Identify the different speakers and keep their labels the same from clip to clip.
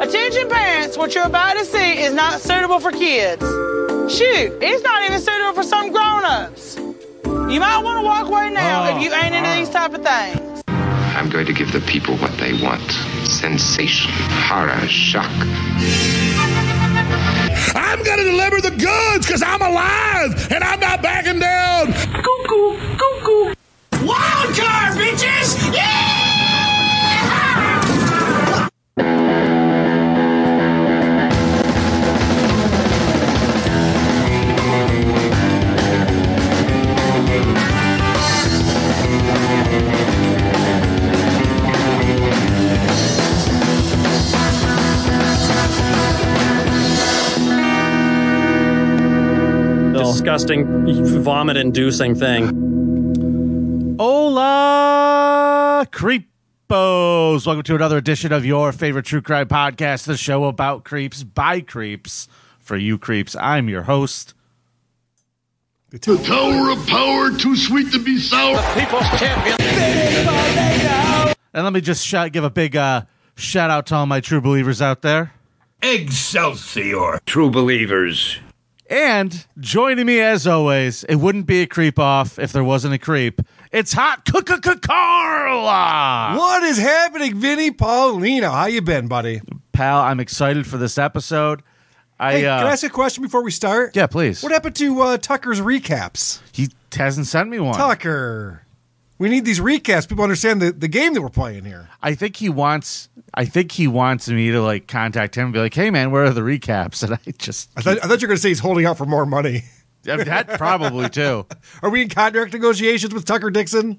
Speaker 1: Attention parents, what you're about to see is not suitable for kids. Shoot, it's not even suitable for some grown-ups. You might want to walk away now if you ain't into these type of things.
Speaker 2: I'm going to give the people what they want sensation, horror, shock.
Speaker 3: I'm going to deliver the goods because I'm alive and I'm not backing down. Cuckoo, cuckoo. Wild card, bitches!
Speaker 4: disgusting, vomit inducing thing.
Speaker 5: Hola, creepos! Welcome to another edition of your favorite true crime podcast, the show about creeps by creeps for you creeps. I'm your host.
Speaker 6: The tower of power, too sweet to be sour.
Speaker 1: People's champion.
Speaker 5: And let me just shout, give a big uh, shout out to all my true believers out there.
Speaker 7: Excelsior, true believers.
Speaker 5: And joining me as always, it wouldn't be a creep off if there wasn't a creep. It's hot Cuckoo Carla!
Speaker 8: What is happening, Vinny Paulino? How you been, buddy?
Speaker 5: Pal, I'm excited for this episode. I,
Speaker 8: Hey,
Speaker 5: uh,
Speaker 8: can I ask a question before we start?
Speaker 5: yeah, please.
Speaker 8: What happened to uh, Tucker's recaps?
Speaker 5: he hasn't sent me one.
Speaker 8: Tucker, we need these recaps. People understand the, the game that we're playing here.
Speaker 5: I think he wants. I think he wants me to like contact him and be like, "Hey, man, where are the recaps?" And I just
Speaker 8: I thought, I thought you were going to say he's holding out for more money.
Speaker 5: that probably too.
Speaker 8: Are we in contract negotiations with Tucker Dixon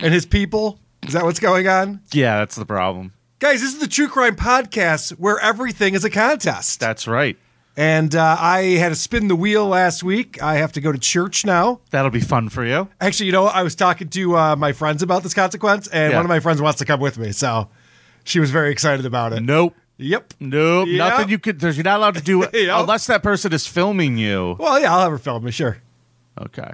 Speaker 8: and his people? Is that what's going on?
Speaker 5: Yeah, that's the problem.
Speaker 8: Guys, this is the True Crime Podcast where everything is a contest.
Speaker 5: That's right.
Speaker 8: and uh, I had to spin the wheel last week. I have to go to church now.
Speaker 5: That'll be fun for you.
Speaker 8: Actually, you know, I was talking to uh, my friends about this consequence, and
Speaker 5: Yeah.
Speaker 8: one of my friends wants to come with me, so she was very excited about it.
Speaker 5: Nope.
Speaker 8: Yep.
Speaker 5: Nope.
Speaker 8: Yeah.
Speaker 5: Nothing you could. There's you're not allowed to do
Speaker 8: Yeah.
Speaker 5: unless that person is filming you.
Speaker 8: Well, yeah, I'll have her film me, sure.
Speaker 5: Okay.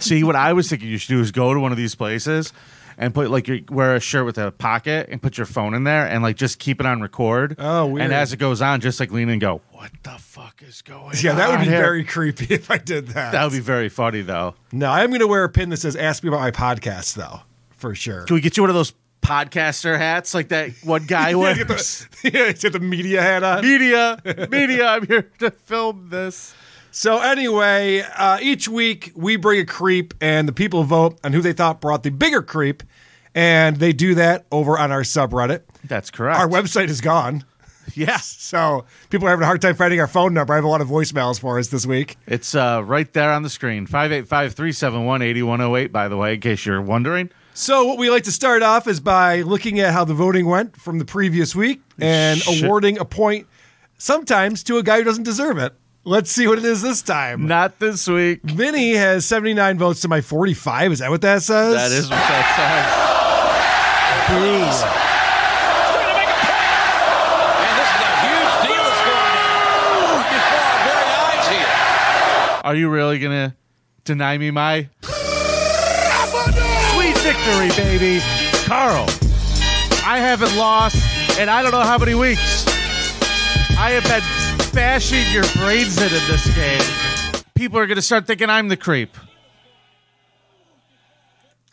Speaker 5: See, what I was thinking you should do is go to one of these places and put like your, wear a shirt with a pocket and put your phone in there and like just keep it on record.
Speaker 8: Oh, weird.
Speaker 5: And as it goes on, just like lean and go, "What the fuck is going?"
Speaker 8: Yeah, that would
Speaker 5: on
Speaker 8: be
Speaker 5: here?"
Speaker 8: very creepy if I did that.
Speaker 5: That would be very funny though.
Speaker 8: no, I am going to wear a pin that says "Ask me about my podcast," though, for sure.
Speaker 5: Can we get you one of those podcaster hats like that one guy
Speaker 8: yeah,
Speaker 5: wears?
Speaker 8: get the, yeah, he's got the media hat on.
Speaker 5: media, media, I'm here to film this.
Speaker 8: So anyway, uh, each week we bring a creep, and the people vote on who they thought brought the bigger creep, and they do that over on our subreddit.
Speaker 5: That's correct.
Speaker 8: Our website is gone.
Speaker 5: yeah,
Speaker 8: So people are having a hard time finding our phone number. I have a lot of voicemails for us this week.
Speaker 5: it's uh, right there on the screen. 585-371-8108, by the way, in case you're wondering.
Speaker 8: So what we like to start off is by looking at how the voting went from the previous week and
Speaker 5: Shit.
Speaker 8: awarding a point sometimes to a guy who doesn't deserve it. Let's see what it is this time.
Speaker 5: Not this week.
Speaker 8: Vinny has 79 votes to my 45. Is that what that says?
Speaker 5: That is what that
Speaker 8: Boo.
Speaker 7: Man, this is a huge deal that's
Speaker 5: says.
Speaker 7: going on before our very eyes here.
Speaker 5: Are you really going to deny me my sweet victory, baby? Carl, I haven't lost in I don't know how many weeks. I have been bashing your brains in in this game. People are going to start thinking I'm the creep.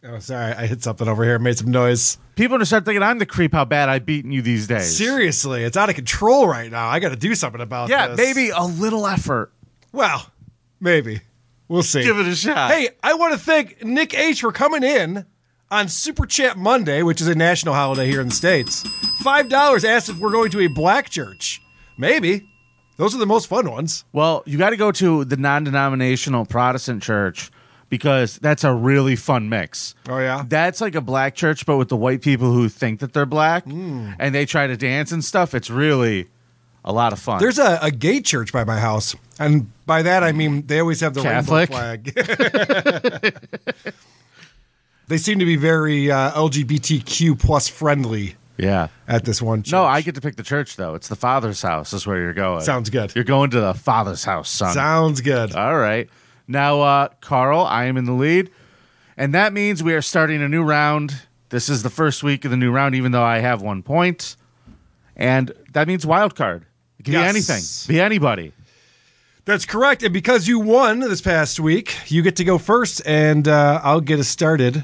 Speaker 8: Oh, sorry. I hit something over here. Made some noise.
Speaker 5: People are gonna start thinking I'm the creep. How bad I've beaten you these days?
Speaker 8: Seriously, it's out of control right now. I got to do something about
Speaker 5: Yeah,
Speaker 8: this.
Speaker 5: maybe a little effort.
Speaker 8: Well, maybe. We'll see.
Speaker 5: Give it a shot.
Speaker 8: Hey, I want to thank Nick H for coming in on Super Chat Monday, which is a national holiday here in the States. Five dollars asked if we're going to a black church. Maybe. Those are the most fun ones.
Speaker 5: well, you got to go to the non-denominational Protestant church because that's a really fun mix.
Speaker 8: Oh, yeah?
Speaker 5: that's like a black church, but with the white people who think that they're black
Speaker 8: Mm.
Speaker 5: and they try to dance and stuff. It's really a lot of fun.
Speaker 8: There's a, a gay church by my house. And by that I mean they always have the
Speaker 5: Catholic?
Speaker 8: rainbow flag. they seem to be very uh, LGBTQ plus friendly
Speaker 5: yeah.
Speaker 8: at this one church.
Speaker 5: No, I get to pick the church though. It's the father's house. Is where you're going.
Speaker 8: Sounds good.
Speaker 5: You're going to the father's house, son.
Speaker 8: Sounds good.
Speaker 5: All right. Now, uh, Carl, I am in the lead. And that means we are starting a new round. This is the first week of the new round, even though I have one point. and that means wild card. It can
Speaker 8: Yes.
Speaker 5: be anything, be anybody.
Speaker 8: That's correct. And because you won this past week, you get to go first, and uh, I'll get us started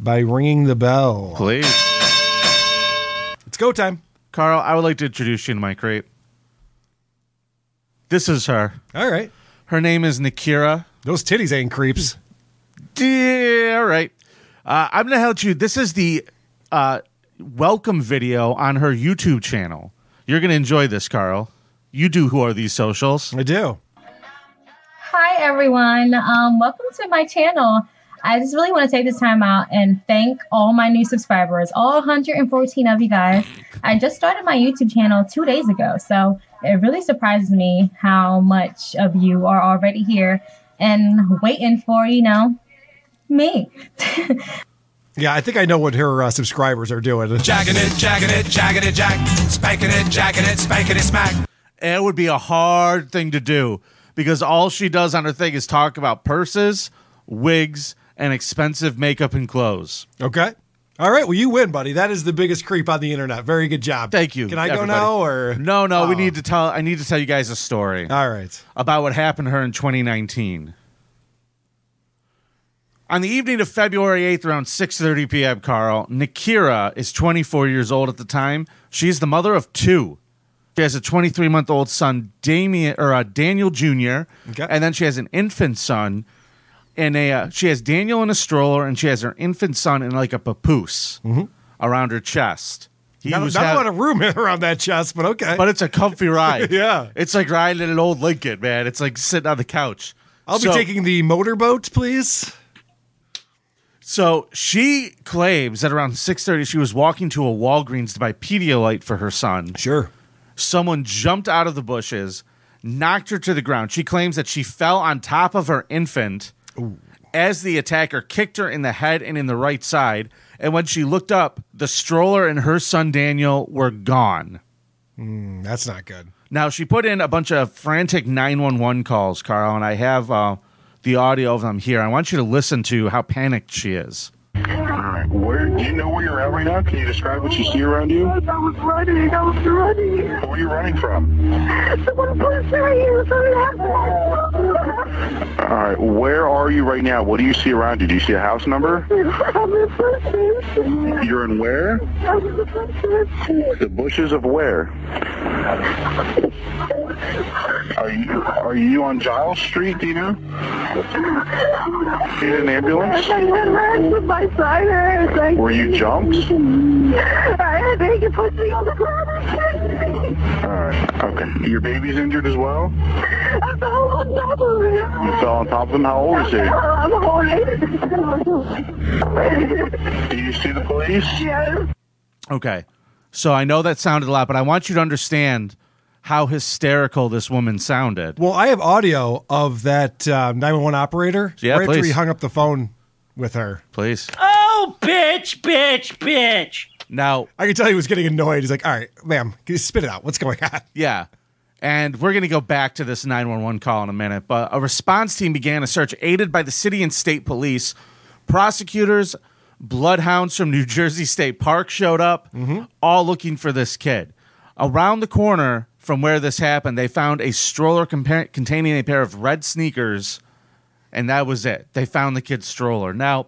Speaker 8: by ringing the bell.
Speaker 5: Please,
Speaker 8: It's go time.
Speaker 5: Carl, I would like to introduce you to my crate. This is her.
Speaker 8: All right.
Speaker 5: Her name is Nikira.
Speaker 8: Those titties ain't creeps.
Speaker 5: Yeah, all right. Uh, I'm gonna help you. This is the uh, welcome video on her YouTube channel. You're gonna enjoy this, Carl. You do. Who are these socials?
Speaker 8: I do.
Speaker 9: Hi, everyone. Um, welcome to my channel. I just really want to take this time out and thank all my new subscribers, all 114 of you guys. I just started my YouTube channel two days ago, so it really surprises me how much of you are already here and waiting for, you know, me.
Speaker 8: Yeah, I think I know what her uh, subscribers are doing.
Speaker 10: Jacking it, jacking it, jacking it, jack. Spanking it, jacking it, spanking it, smack.
Speaker 5: It would be a hard thing to do because all she does on her thing is talk about purses, wigs, and expensive makeup and clothes.
Speaker 8: Okay. All right. Well, you win, buddy. That is the biggest creep on the internet. Very good job.
Speaker 5: Thank you.
Speaker 8: Can I
Speaker 5: everybody.
Speaker 8: go now or? Oh.
Speaker 5: no? No, we need to tell. I need to tell you guys a story.
Speaker 8: All right.
Speaker 5: about what happened to her in 2019. On the evening of February 8th, around 6:30 p.m., Carl Nikira is 24 years old at the time. She is the mother of two. She has a 23-month-old son, Damien or uh, Daniel Jr.,
Speaker 8: Okay.
Speaker 5: and then she has an infant son. And a uh, she has Daniel in a stroller, and she has her infant son in like a papoose around her chest. He
Speaker 8: Not,
Speaker 5: was
Speaker 8: not
Speaker 5: hav-
Speaker 8: a lot Mm-hmm. of room around that chest, but okay.
Speaker 5: but it's a comfy ride.
Speaker 8: Yeah.
Speaker 5: It's like riding in an old Lincoln, man. It's like sitting on the couch.
Speaker 8: I'll
Speaker 5: So-
Speaker 8: be taking the motorboat, please.
Speaker 5: So she claims that around 6:30 she was walking to a Walgreens to buy Pedialyte for her son.
Speaker 8: Sure.
Speaker 5: Someone jumped out of the bushes, knocked her to the ground. She claims that she fell on top of her infant as the attacker kicked her in the head and in the right side. And when she looked up, the stroller and her son Daniel were gone.
Speaker 8: Hmm, That's not good.
Speaker 5: Now she put in a bunch of frantic 911 calls, Carl, and I have uh, the audio of them here. I want you to listen to how panicked she is.
Speaker 11: Where do you know where you're at right now? Can you describe what you see around you?
Speaker 1: I was running, I was running.
Speaker 11: Where are you running from?
Speaker 1: Someone pushed me right here, something
Speaker 11: All right. Where are you right now? What do you see around you? Do you see a house number?
Speaker 1: happened. I'm in first station.
Speaker 11: You're in where?
Speaker 1: I'm in the first station.
Speaker 11: The bushes of where? Are you are you on Giles Street? Do you know? You need an ambulance?
Speaker 1: I went right with my side. I was like,
Speaker 11: Were you jumped?
Speaker 1: I think you pushed me on the ground.
Speaker 11: All right. Okay. Your baby's injured as well.
Speaker 1: I fell on top of
Speaker 11: You
Speaker 1: him.
Speaker 11: fell on top of him. How old is he?
Speaker 1: I'm horny.
Speaker 11: Do you see the police?
Speaker 1: yes.
Speaker 5: Okay. So I know that sounded a lot, but I want you to understand how hysterical this woman sounded.
Speaker 8: Well, I have audio of that uh, 911 operator
Speaker 5: Yeah,
Speaker 8: right after
Speaker 5: please.
Speaker 8: he hung up the phone with her.
Speaker 5: Please.
Speaker 12: Oh, bitch, bitch, bitch.
Speaker 5: Now,
Speaker 8: I could tell he was getting annoyed. He's like, all right, ma'am, can you spit it out? What's going on?
Speaker 5: Yeah. And we're going to go back to this 911 call in a minute. But a response team began a search aided by the city and state police. Prosecutors, bloodhounds from New Jersey State Park showed up, all looking for this kid. Around the corner from where this happened, they found a stroller compa- containing a pair of red sneakers. And that was it. They found the kid's stroller. Now,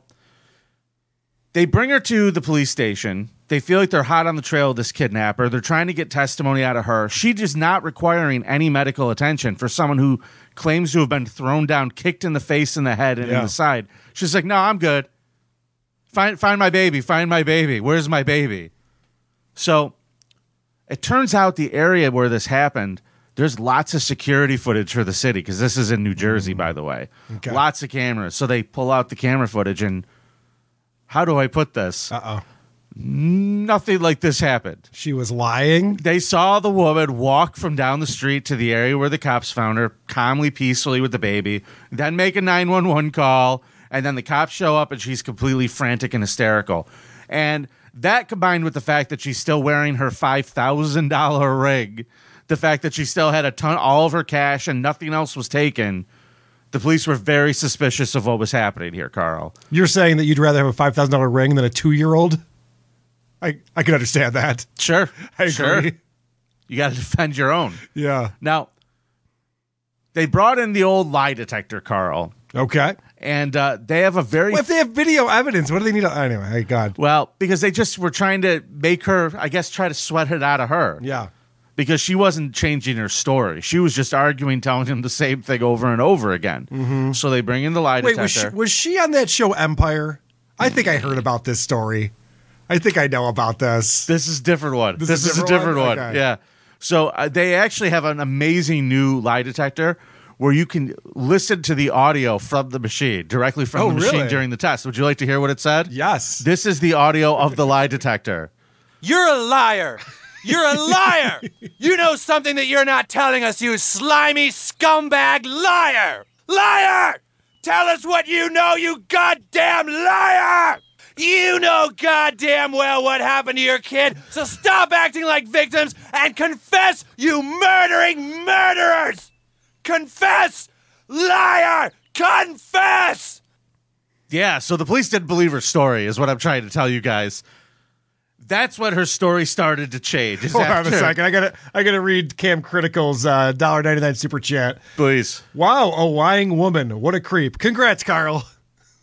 Speaker 5: they bring her to the police station. They feel like they're hot on the trail of this kidnapper. They're trying to get testimony out of her. She is not requiring any medical attention for someone who claims to have been thrown down, kicked in the face, in the head, and in
Speaker 13: Yeah.
Speaker 5: the side. She's like, "No, I'm good. Find find my baby. Find my baby. Where's my baby?" So it turns out the area where this happened, there's lots of security footage for the city because this is in New Jersey, by the way. Lots of cameras. So they pull out the camera footage and how do I put this? Uh
Speaker 8: oh.
Speaker 5: Nothing like this happened.
Speaker 8: She was lying.
Speaker 5: They saw the woman walk from down the street to the area where the cops found her, calmly, peacefully with the baby, then make a 911 call, and then the cops show up and she's completely frantic and hysterical. And that combined with the fact that she's still wearing her $5,000 ring, the fact that she still had a ton, all of her cash and nothing else was taken, the police were very suspicious of what was happening here, Carl.
Speaker 8: You're saying that you'd rather have a $5,000 ring than a two year old? I, I can understand that.
Speaker 5: Sure.
Speaker 8: I agree.
Speaker 5: Sure. You got to defend your own.
Speaker 8: Yeah.
Speaker 5: Now, they brought in the old lie detector, Carl.
Speaker 8: Okay.
Speaker 5: And uh, they have a very.
Speaker 8: Well, if they have video evidence, what do they need? Anyway, hey, God.
Speaker 5: Well, because they just were trying to make her, I guess, try to sweat it out of her.
Speaker 8: Yeah.
Speaker 5: Because she wasn't changing her story. She was just arguing, telling him the same thing over and over again. So they bring in the lie
Speaker 8: Mm-hmm. Wait, was she,
Speaker 5: detector.
Speaker 8: was she on that show Empire? I think I heard about this story. I think I know about this.
Speaker 5: This is a different one. This, is, a different one.
Speaker 8: Okay.
Speaker 5: Yeah. So uh, they actually have an amazing new lie detector where you can listen to the audio from the machine directly from
Speaker 8: Oh,
Speaker 5: the machine
Speaker 8: really?
Speaker 5: during the test. Would you like to hear what it said?
Speaker 8: Yes.
Speaker 5: This is the audio of the lie detector.
Speaker 10: You're a liar. You're a liar. you know something that you're not telling us, you slimy scumbag liar. Liar! Tell us what you know, you goddamn liar! You know goddamn well what happened to your kid, so stop acting like victims and confess, you murdering murderers! Confess! Liar! Confess!
Speaker 5: Yeah, so the police didn't believe her story, is what I'm trying to tell you guys. That's when her story started to change. is
Speaker 8: Hold on
Speaker 5: after-
Speaker 8: a second. I gotta I gotta read Cam Critical's uh dollar ninety nine super chat.
Speaker 5: Please.
Speaker 8: Wow, a lying woman. What a creep. Congrats, Carl.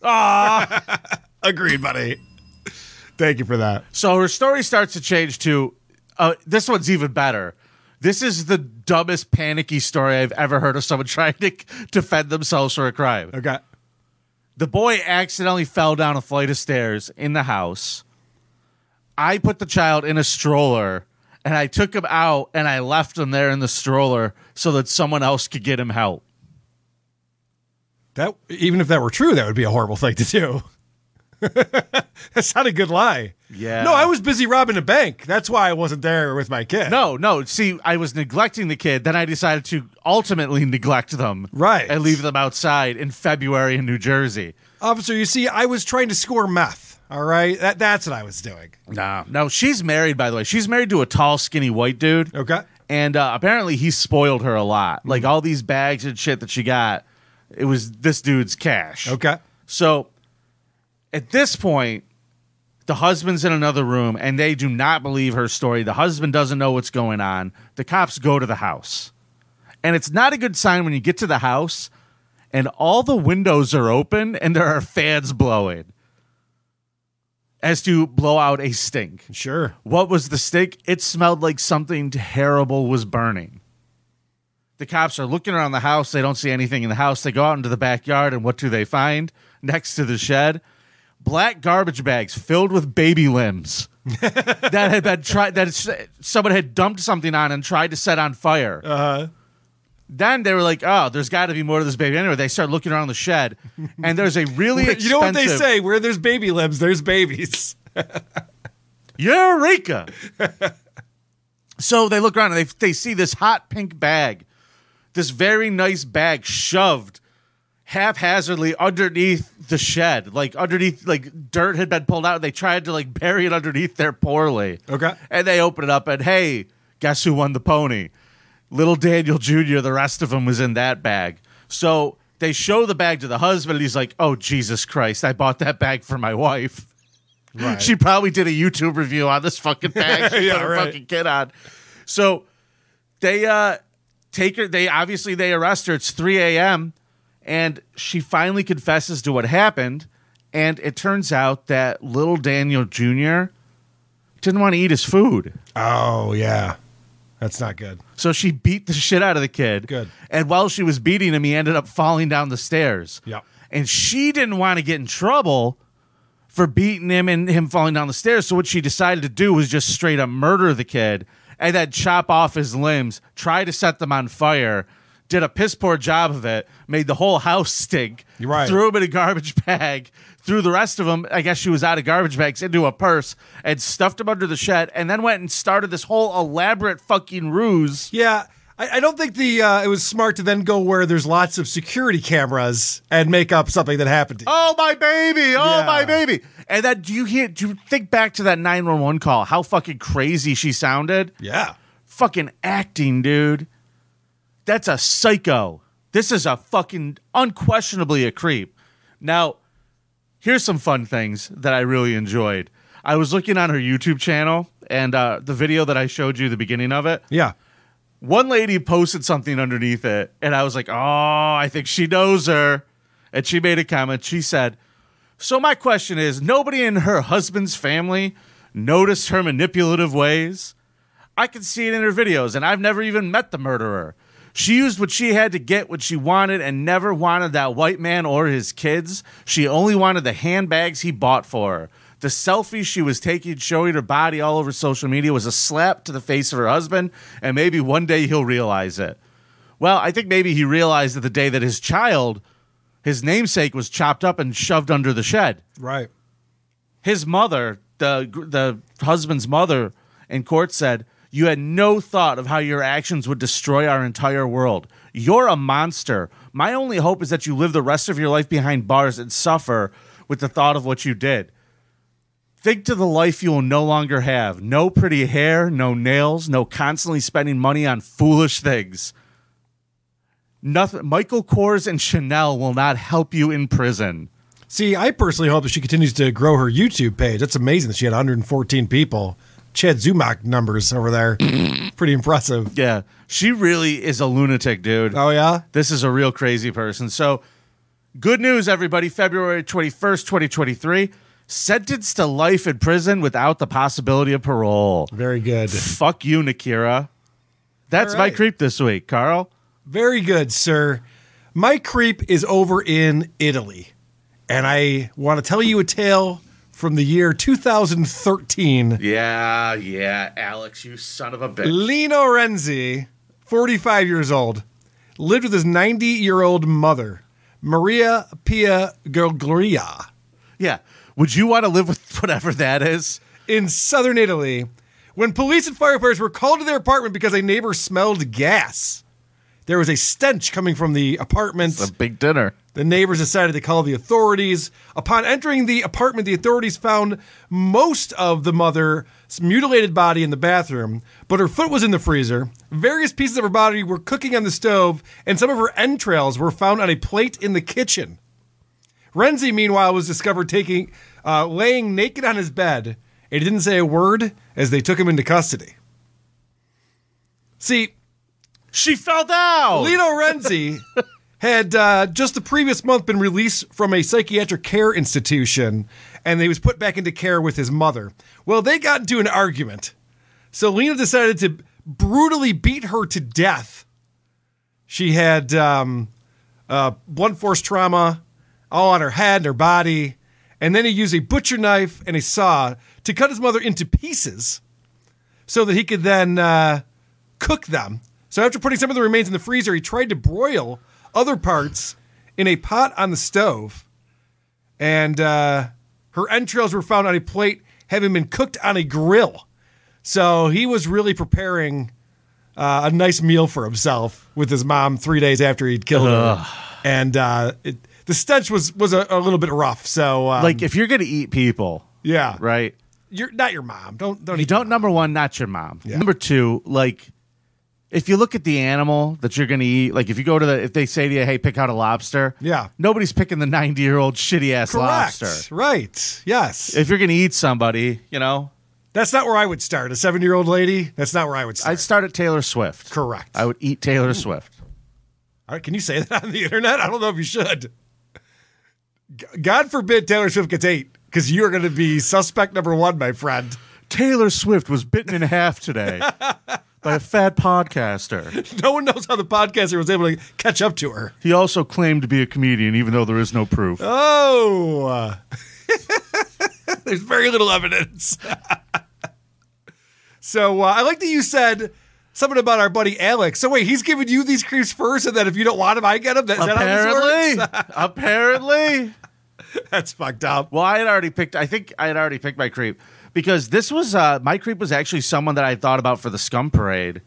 Speaker 5: Ah,
Speaker 8: agreed, buddy. Thank you for that.
Speaker 5: So her story starts to change to uh, this one's even better. This is the dumbest panicky story I've ever heard of someone trying to defend themselves for a crime.
Speaker 8: Okay.
Speaker 5: The boy accidentally fell down a flight of stairs in the house. I put the child in a stroller and I took him out and I left him there in the stroller so that someone else could get him help.
Speaker 8: That even if that were true, that would be a horrible thing to do. That's not a good lie.
Speaker 5: Yeah.
Speaker 8: No, I was busy robbing a bank. That's why I wasn't there with my kid.
Speaker 5: No, no. See, I was neglecting the kid. Then I decided to ultimately neglect them.
Speaker 8: Right.
Speaker 5: And leave them outside in February in New Jersey.
Speaker 8: Officer, you see, I was trying to score meth. All right. That that's what I was doing.
Speaker 5: Nah. No, she's married, by the way. She's married to a tall, skinny white dude.
Speaker 8: Okay. Mm-hmm.
Speaker 5: And uh, apparently he spoiled her a lot. Like all these bags and shit that she got, it was this dude's cash.
Speaker 8: Okay.
Speaker 5: So at this point, the husband's in another room and they do not believe her story. The husband doesn't know what's going on. The cops go to the house. And it's not a good sign when you get to the house and all the windows are open and there are fans blowing as to blow out a stink.
Speaker 8: Sure.
Speaker 5: What was the stink? It smelled like something terrible was burning. The cops are looking around the house. They don't see anything in the house. They go out into the backyard, and what do they find? Next to the shed, black garbage bags filled with baby limbs that had been tried that s- someone had dumped something on and tried to set on fire.
Speaker 8: Uh-huh.
Speaker 5: Then they were like, "Oh, there's got to be more to this baby." Anyway, they start looking around the shed, and there's a really
Speaker 8: you know what they
Speaker 5: expensive-
Speaker 8: say? Where there's baby limbs, there's babies.
Speaker 5: Eureka! so they look around and they, they see this hot pink bag, this very nice bag shoved haphazardly underneath the shed. Like underneath, like dirt had been pulled out. They tried to like bury it underneath there poorly.
Speaker 8: Okay.
Speaker 5: And they open it up and hey, guess who won the pony? Little Daniel Jr., the rest of him was in that bag. So they show the bag to the husband and he's like, oh, Jesus Christ, I bought that bag for my wife.
Speaker 7: Right.
Speaker 5: She probably did a YouTube review on this fucking bag. She
Speaker 7: Yeah,
Speaker 5: put her
Speaker 7: right.
Speaker 5: fucking kid on. So they uh take her they obviously they arrest her. It's 3 a.m. and she finally confesses to what happened. And it turns out that little Daniel Jr. didn't want to eat his food.
Speaker 8: Oh yeah. That's not good.
Speaker 5: So she beat the shit out of the kid. Good. And while she was beating him, he ended up falling down the stairs.
Speaker 8: Yeah.
Speaker 5: And she didn't want to get in trouble for beating him and him falling down the stairs. So what she decided to do was just straight up murder the kid and then chop off his limbs, try to set them on fire, did a piss poor job of it, made the whole house stink.
Speaker 8: right.
Speaker 5: Threw him in a garbage bag, threw the rest of them, I guess she was out of garbage bags, into a purse and stuffed him under the shed and then went and started this whole elaborate fucking ruse.
Speaker 8: Yeah. I, I don't think the uh, it was smart to then go where there's lots of security cameras and make up something that happened to you.
Speaker 5: Oh my baby! Oh my baby! And that do you hear? Do you think back to that nine one one call? How fucking crazy she sounded!
Speaker 8: Yeah,
Speaker 5: fucking acting, dude. That's a psycho. This is a fucking unquestionably a creep. Now, here's some fun things that I really enjoyed. I was looking on her YouTube channel. and uh, the video that I showed you the beginning of it.
Speaker 8: Yeah.
Speaker 5: One lady posted something underneath it, and I was like, "Oh, I think she knows her," and she made a comment. She said, "So my question is, nobody in her husband's family noticed her manipulative ways. I can see it in her videos, and I've never even met the murderer." She used what she had to get what she wanted and never wanted that white man or his kids. She only wanted the handbags he bought for her. The selfie she was taking, showing her body all over social media, was a slap to the face of her husband, and maybe one day he'll realize it. Well, I think maybe he realized that the day that his child, his namesake, was chopped up and shoved under the shed
Speaker 8: Right.
Speaker 5: his mother, the the husband's mother, in court said, "You had no thought of how your actions would destroy our entire world. You're a monster. My only hope is that you live the rest of your life behind bars and suffer with the thought of what you did." Think to the life you will no longer have. No pretty hair, no nails, no constantly spending money on foolish things. Nothing Michael Kors and Chanel will not help you in prison.
Speaker 8: See, I personally hope that she continues to grow her YouTube page. That's amazing that she had 114 people. Chad Zumach numbers over there. Pretty impressive.
Speaker 5: Yeah, she really is a lunatic, dude. Oh
Speaker 8: yeah,
Speaker 5: this is a real crazy person. So, good news, everybody. February twenty first, twenty twenty three. Sentenced to life in prison without the possibility of parole.
Speaker 8: Very good.
Speaker 5: Fuck you, Nakira. That's my creep this week, Carl.
Speaker 8: Very good, sir. My creep is over in Italy. And I want to tell you a tale from the year 2013.
Speaker 5: Yeah, yeah, Alex, you son of a
Speaker 8: Lino Renzi, 45 years old, lived with his 90 year old mother, Maria Pia Gorglia.
Speaker 5: Yeah. Would you want to live with whatever that is?
Speaker 8: In southern Italy, when police and firefighters were called to their apartment because a neighbor smelled gas. There was a stench coming from the apartment.
Speaker 5: a big dinner.
Speaker 8: The neighbors decided to call the authorities. Upon entering the apartment, the authorities found most of the mother's mutilated body in the bathroom, but her foot was in the freezer. Various pieces of her body were cooking on the stove, and some of her entrails were found on a plate in the kitchen. Renzi, meanwhile, was discovered taking, uh, laying naked on his bed, and he didn't say a word as they took him into custody. See,
Speaker 5: she fell down.
Speaker 8: Lino Renzi had uh, just the previous month been released from a psychiatric care institution, and he was put back into care with his mother. Well, they got into an argument, so Lena decided to brutally beat her to death. She had um, uh, blunt force trauma all on her head and her body. And then he used a butcher knife and a saw to cut his mother into pieces so that he could then uh, cook them. So after putting some of the remains in the freezer, he tried to broil other parts in a pot on the stove. And uh, her entrails were found on a plate having been cooked on a grill. So he was really preparing uh, a nice meal for himself with his mom three days after he'd killed
Speaker 5: Ugh.
Speaker 8: her. And uh, it, the stench was was a, a little bit rough. So um,
Speaker 5: like, if you're gonna eat people,
Speaker 8: yeah,
Speaker 5: right?
Speaker 8: you're not your mom. Don't don't
Speaker 5: you
Speaker 8: eat
Speaker 5: don't number one not your mom number two like if you look at the animal that you're gonna eat like if you go to the if they say to you hey pick out a lobster
Speaker 8: Yeah.
Speaker 5: nobody's picking the 90 year old shitty ass
Speaker 8: Correct.
Speaker 5: lobster
Speaker 8: Right. Yes.
Speaker 5: if you're gonna eat somebody you know
Speaker 8: That's not where I would start. A seven year old lady. That's not where I would start.
Speaker 5: i'd start at taylor swift
Speaker 8: Correct.
Speaker 5: i would eat taylor swift
Speaker 8: All right, can you say that on the internet? I don't know if you should. G- God forbid Taylor Swift gets eight because you are going to be suspect number one, my friend.
Speaker 5: taylor swift was bitten in half today by a fat podcaster
Speaker 8: No one knows how the podcaster was able to catch up to her.
Speaker 5: he also claimed to be a comedian even though there is no proof
Speaker 8: Oh, there's very little evidence. so uh, I like that you said something about our buddy Alex. So wait, he's giving you these creeps first, and then if you don't want him, I get him. That's
Speaker 5: apparently,
Speaker 8: that how this works?
Speaker 5: apparently,
Speaker 8: that's fucked up.
Speaker 5: Well, I had already picked. I think I had already picked my creep because this was uh, my creep was actually someone that I thought about for the Scum Parade,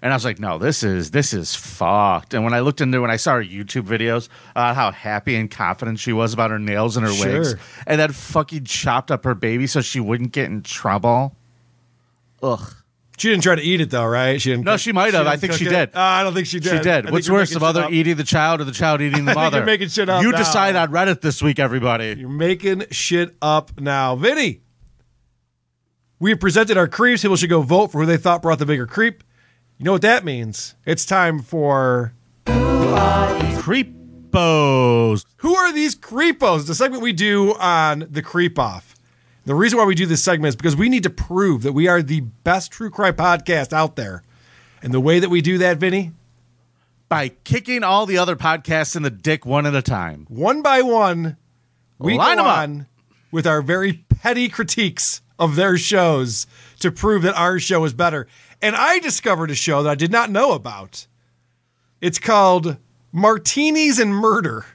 Speaker 5: and I was like, no, this is this is fucked. And when I looked into when I saw her YouTube videos about how happy and confident she was about her nails and her wigs,
Speaker 8: Sure.
Speaker 5: and then fucking chopped up her baby so she wouldn't get in trouble. Ugh.
Speaker 8: she didn't try to eat it though, right? She didn't.
Speaker 5: No, she might have. I think she did.
Speaker 8: Uh, I don't think she did.
Speaker 5: She
Speaker 8: I
Speaker 5: did.
Speaker 8: think
Speaker 5: What's
Speaker 8: you're
Speaker 5: worse,
Speaker 8: making
Speaker 5: the
Speaker 8: shit
Speaker 5: mother
Speaker 8: up.
Speaker 5: eating the child or the child eating the
Speaker 8: I think
Speaker 5: mother?
Speaker 8: you're making shit up
Speaker 5: You
Speaker 8: now.
Speaker 5: decide on Reddit this week, everybody.
Speaker 8: You're making shit up now, Vinny. We have presented our creeps. People should go vote for who they thought brought the bigger creep. You know what that means? It's time for
Speaker 5: creepos.
Speaker 8: Who are these creepos? The segment we do on the creep off. The reason why we do this segment is because we need to prove that we are the best true crime podcast out there. And the way that we do that, Vinny,
Speaker 5: by kicking all the other podcasts in the dick one at a time.
Speaker 8: One by one, we
Speaker 5: Line
Speaker 8: go
Speaker 5: 'em up.
Speaker 8: on with our very petty critiques of their shows to prove that our show is better. And I discovered a show that I did not know about. It's called Martinis and Murder.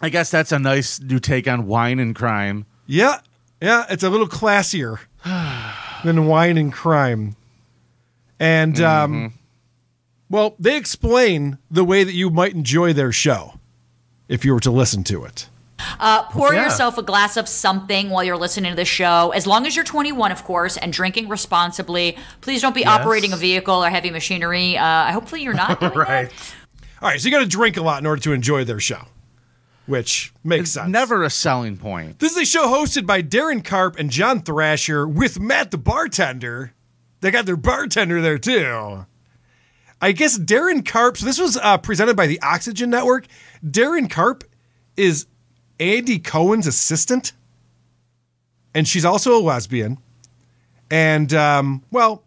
Speaker 5: I guess that's a nice new take on wine and crime.
Speaker 8: Yeah, yeah, it's a little classier than wine and crime. And
Speaker 5: Mm-hmm.
Speaker 8: um, well, they explain the way that you might enjoy their show if you were to listen to it.
Speaker 14: Uh, pour
Speaker 8: Yeah.
Speaker 14: yourself a glass of something while you're listening to the show, as long as you're 21, of course, and drinking responsibly. Please don't be
Speaker 8: Yes.
Speaker 14: operating a vehicle or heavy machinery. Uh, hopefully, you're not. doing
Speaker 5: right.
Speaker 8: All right, so you got to drink a lot in order to enjoy their show, which makes sense.
Speaker 5: Never a selling point.
Speaker 8: This is a show hosted by Darren Carp and John Thrasher with Matt the bartender. They got their bartender there too. I guess Darren Carp. So this was uh, presented by the Oxygen Network. Darren Carp is Andy Cohen's assistant, and she's also a lesbian. And um, well,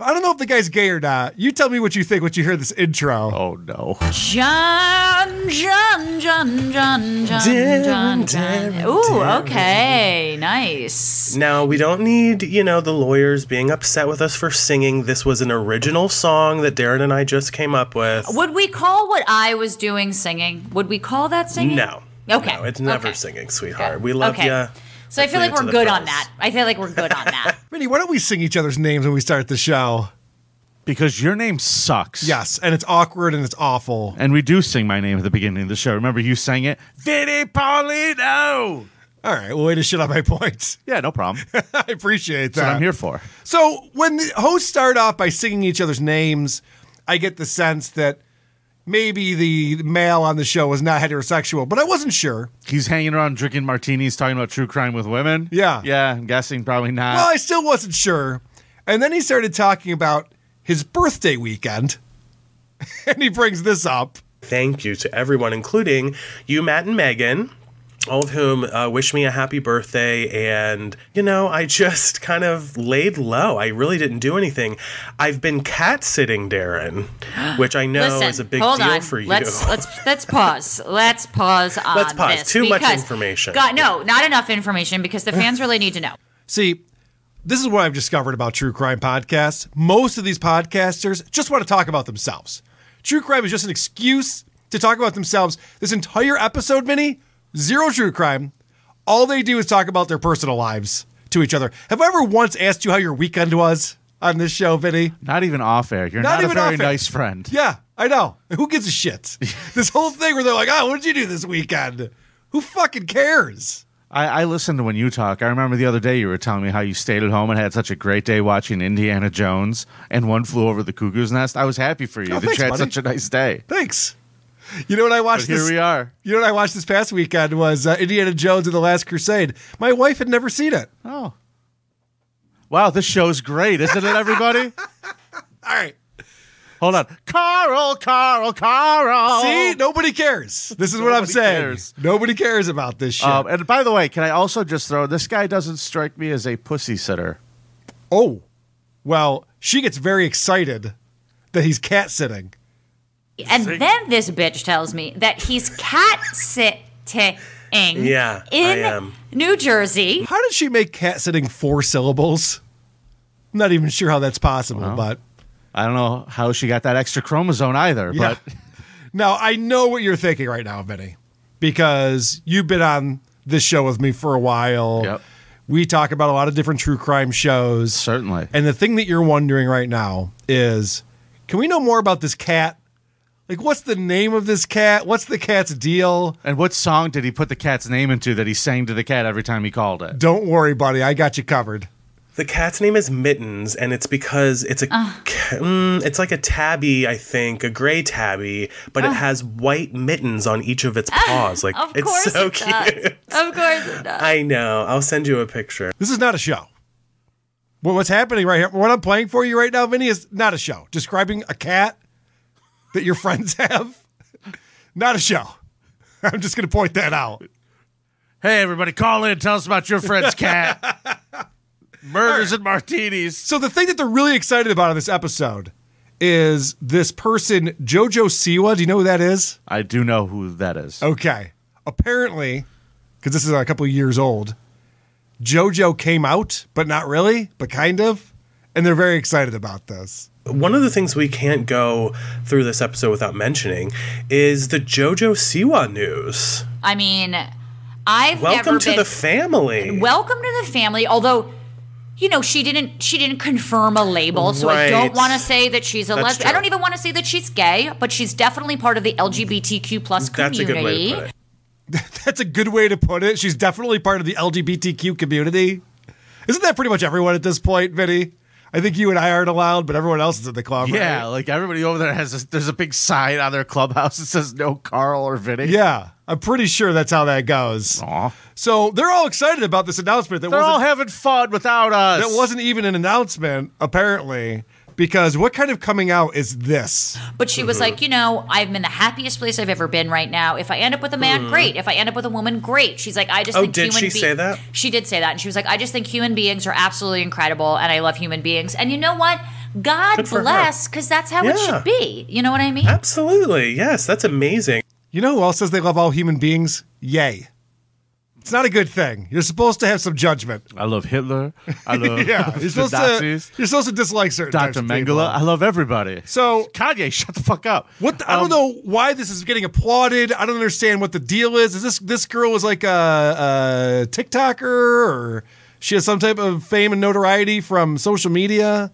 Speaker 8: I don't know if the guy's gay or not. You tell me what you think when you hear this intro.
Speaker 5: Oh no.
Speaker 14: John, John, John, John, John,
Speaker 15: Darren,
Speaker 14: John,
Speaker 15: Darren,
Speaker 14: John. Ooh,
Speaker 15: Darren.
Speaker 14: okay, nice.
Speaker 15: Now, we don't need, you know, the lawyers being upset with us for singing. This was an original song that Darren and I just came up with.
Speaker 14: Would we call what I was doing singing? Would we call that singing?
Speaker 15: No.
Speaker 14: Okay.
Speaker 15: No, it's never singing, sweetheart. We love
Speaker 14: Okay.
Speaker 15: ya.
Speaker 14: So I feel
Speaker 15: Leave
Speaker 14: like
Speaker 15: it to
Speaker 14: we're
Speaker 15: the
Speaker 14: good
Speaker 15: pros.
Speaker 14: on that. I feel like we're good on that.
Speaker 8: Vinny, why don't we sing each other's names when we start the show?
Speaker 5: Because your name sucks.
Speaker 8: Yes, and it's awkward and it's awful.
Speaker 5: And we do sing my name at the beginning of the show. Remember you sang it?
Speaker 8: Vinny Paulino. All right, well, way to shit on my points.
Speaker 5: Yeah, no problem.
Speaker 8: I appreciate
Speaker 5: That's what
Speaker 8: that.
Speaker 5: I'm here for.
Speaker 8: So when the hosts start off by singing each other's names, I get the sense that maybe the male on the show was not heterosexual, but I wasn't sure.
Speaker 5: He's hanging around drinking martinis, talking about true crime with women.
Speaker 8: Yeah.
Speaker 5: Yeah, I'm guessing probably not.
Speaker 8: well, I still wasn't sure. And then he started talking about his birthday weekend, and he brings this up.
Speaker 15: Thank you to everyone, including you, Matt, and Megan. All of whom uh, wish me a happy birthday. And, you know, I just kind of laid low. I really didn't do anything. I've been cat sitting Darren, which I know
Speaker 14: Listen,
Speaker 15: is a big
Speaker 14: hold
Speaker 15: deal
Speaker 14: on.
Speaker 15: for you.
Speaker 14: Let's let's let's pause. Let's pause on
Speaker 15: Let's pause.
Speaker 14: this
Speaker 15: Too much
Speaker 14: because-
Speaker 15: information.
Speaker 14: God, no, not enough information because the fans really need to know.
Speaker 8: See, this is what I've discovered about true crime podcasts. Most of these podcasters just want to talk about themselves. True crime is just an excuse to talk about themselves. This entire episode, Vinny, zero true crime. All they do is talk about their personal lives to each other. Have I ever once asked you how your weekend was on this show, Vinny?
Speaker 5: Not even off air. You're not, a very nice friend.
Speaker 8: Yeah, I know. Who gives a shit? this whole thing where they're like, oh, what did you do this weekend? Who fucking cares?
Speaker 5: I, I listened to when you talk. I remember the other day you were telling me how you stayed at home and had such a great day watching Indiana Jones and one flew over the cuckoo's nest. I was happy for you
Speaker 8: Oh,
Speaker 5: that
Speaker 8: thanks,
Speaker 5: you had
Speaker 8: buddy.
Speaker 5: such a nice day.
Speaker 8: Thanks. You know what I watched?
Speaker 5: But here
Speaker 8: this,
Speaker 5: we are.
Speaker 8: You know what I watched this past weekend was uh, Indiana Jones and the Last Crusade. My wife had never seen it.
Speaker 5: Oh, Wow, this show's great, isn't it, everybody?
Speaker 8: All right.
Speaker 5: Hold on. Carl, Carl, Carl.
Speaker 8: See, nobody cares. This is what I'm
Speaker 5: Nobody
Speaker 8: saying.
Speaker 5: cares.
Speaker 8: Nobody cares about this shit.
Speaker 5: Um, and by the way, can I also just throw this guy doesn't strike me as a pussy sitter.
Speaker 8: oh, well, she gets very excited that he's cat sitting.
Speaker 14: And then this bitch tells me that he's cat sitting.
Speaker 8: Yeah, I
Speaker 14: in
Speaker 15: uh,
Speaker 8: am.
Speaker 14: New Jersey.
Speaker 8: How did she make cat sitting four syllables? I'm not even sure how that's possible, but
Speaker 5: I don't know how she got that extra chromosome either,
Speaker 8: Yeah.
Speaker 5: but
Speaker 8: now I know what you're thinking right now, Vinny, because you've been on this show with me for a while. We talk about a lot of different true crime shows.
Speaker 5: Certainly.
Speaker 8: And the thing that you're wondering right now is can we know more about this cat? Like, what's the name of this cat? What's the cat's deal?
Speaker 5: and what song did he put the cat's name into that he sang to the cat every time he called it?
Speaker 8: Don't worry, buddy. I got you covered.
Speaker 15: The cat's name is Mittens, and it's because it's a
Speaker 14: Ah.
Speaker 15: ca- mm, it's like a tabby, I think, a gray tabby, but
Speaker 14: Ugh.
Speaker 15: it has white mittens on each of its paws. Like
Speaker 14: Ah. of
Speaker 15: it's
Speaker 14: course
Speaker 15: so
Speaker 14: it does.
Speaker 15: cute.
Speaker 14: Of course it does.
Speaker 15: I know. I'll send you a picture.
Speaker 8: This is not a show. What- What's happening right here? What I'm playing for you right now, Vinny, is not a show. Describing a cat that your friends have, not a show. I'm just going to point that out.
Speaker 5: Hey, everybody, call in. Tell us about your friend's cat. Murders and martinis.
Speaker 8: So the thing that they're really excited about in this episode is this person, Jojo Siwa. Do you know who that is? Oh,
Speaker 5: I do know who that is.
Speaker 8: Okay. Apparently, because this is a couple of years old, JoJo came out, but not really, but kind of. And they're very excited about this.
Speaker 15: One of the things we can't go through this episode without mentioning is the JoJo Siwa news.
Speaker 14: I mean, I've
Speaker 15: Welcome
Speaker 14: never
Speaker 15: to
Speaker 14: been
Speaker 15: the family.
Speaker 14: welcome to the family. Although, you know, she didn't she didn't confirm a label, so I
Speaker 15: Right.
Speaker 14: don't want to say that she's a
Speaker 15: That's
Speaker 14: lesbian. I
Speaker 15: true.
Speaker 14: don't even want to say that she's gay, but she's definitely part of the LGBTQ plus
Speaker 8: That's a
Speaker 14: community.
Speaker 8: good way to put it. That's a good way to put it. She's definitely part of the LGBTQ community. Isn't that pretty much everyone at this point, Vinny? I think you and I aren't allowed, but everyone else is in the club.
Speaker 5: Yeah,
Speaker 8: right?
Speaker 5: like everybody over there has. A, there's a big sign on their clubhouse that says "No Carl or Vinny."
Speaker 8: Yeah, I'm pretty sure that's how that goes. So they're all excited about this announcement. That
Speaker 5: They're
Speaker 8: wasn't,
Speaker 5: all having fun without us.
Speaker 8: That wasn't even an announcement, apparently, because what kind of coming out is this?
Speaker 14: But she
Speaker 15: Mm-hmm.
Speaker 14: was like, you know, I'm in the happiest place I've ever been right now. If I end up with a man,
Speaker 8: Mhm.
Speaker 14: great. If I end up with a woman, great. She's like, I just
Speaker 15: Mm-hmm. Oh,
Speaker 14: think
Speaker 15: did
Speaker 14: human
Speaker 15: she say that?
Speaker 14: She did say that, and she was like, I just think human beings are absolutely incredible, and I love human beings. And you know what? God
Speaker 15: Good for her.
Speaker 14: bless, because that's how
Speaker 15: Yeah.
Speaker 14: it should be. You know what I mean?
Speaker 15: Absolutely. Yes, that's amazing.
Speaker 8: You know who else says they love all human beings? Yay. It's not a good thing. You're supposed to have some judgment.
Speaker 5: I love Hitler. I love
Speaker 8: yeah, you're
Speaker 5: the
Speaker 8: supposed
Speaker 5: Nazis.
Speaker 8: to you're supposed to dislike certain types
Speaker 5: Dr.
Speaker 8: of
Speaker 5: Mengele. I
Speaker 8: people.
Speaker 5: love everybody.
Speaker 8: So
Speaker 5: Kanye, shut the fuck up. Um,
Speaker 8: What the, I don't know why this is getting applauded. I don't understand what the deal is. Is this this girl was like a, a TikToker or she has some type of fame and notoriety from social media?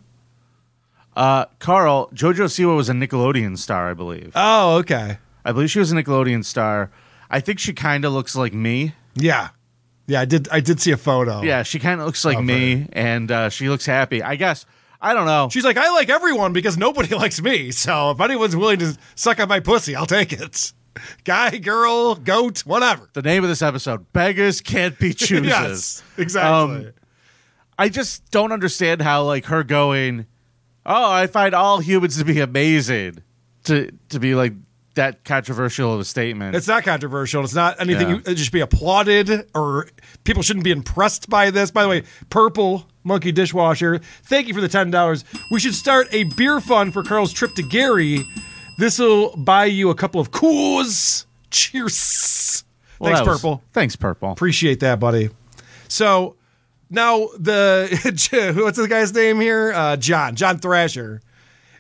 Speaker 5: Uh, Carl, JoJo Siwa was a Nickelodeon star, I believe.
Speaker 8: Oh, okay.
Speaker 5: I believe she was a Nickelodeon star. I think she kind of looks like me.
Speaker 8: Yeah. Yeah, I did I did see a photo.
Speaker 5: Yeah, she kind of looks like me, and uh, she looks happy. I guess. I don't know.
Speaker 8: She's like, I like everyone because nobody likes me. So if anyone's willing to suck on my pussy, I'll take it. Guy, girl, goat, whatever.
Speaker 5: The name of this episode: Beggars Can't Be Choosers.
Speaker 8: Yes, exactly.
Speaker 5: Um, I just don't understand how like her going, "Oh, I find all humans to be amazing," to to be like that controversial of a statement.
Speaker 8: It's not controversial. It's not anything
Speaker 5: Yeah.
Speaker 8: you it just be applauded or people shouldn't be impressed by this. By the way, purple monkey dishwasher. Thank you for the ten dollars. We should start a beer fund for Carl's trip to Gary. This'll buy you a couple of cools. Cheers.
Speaker 5: Well,
Speaker 8: Thanks,
Speaker 5: that was-
Speaker 8: Purple.
Speaker 5: Thanks, Purple.
Speaker 8: Appreciate that, buddy. So now the what's the guy's name here? Uh, John John Thrasher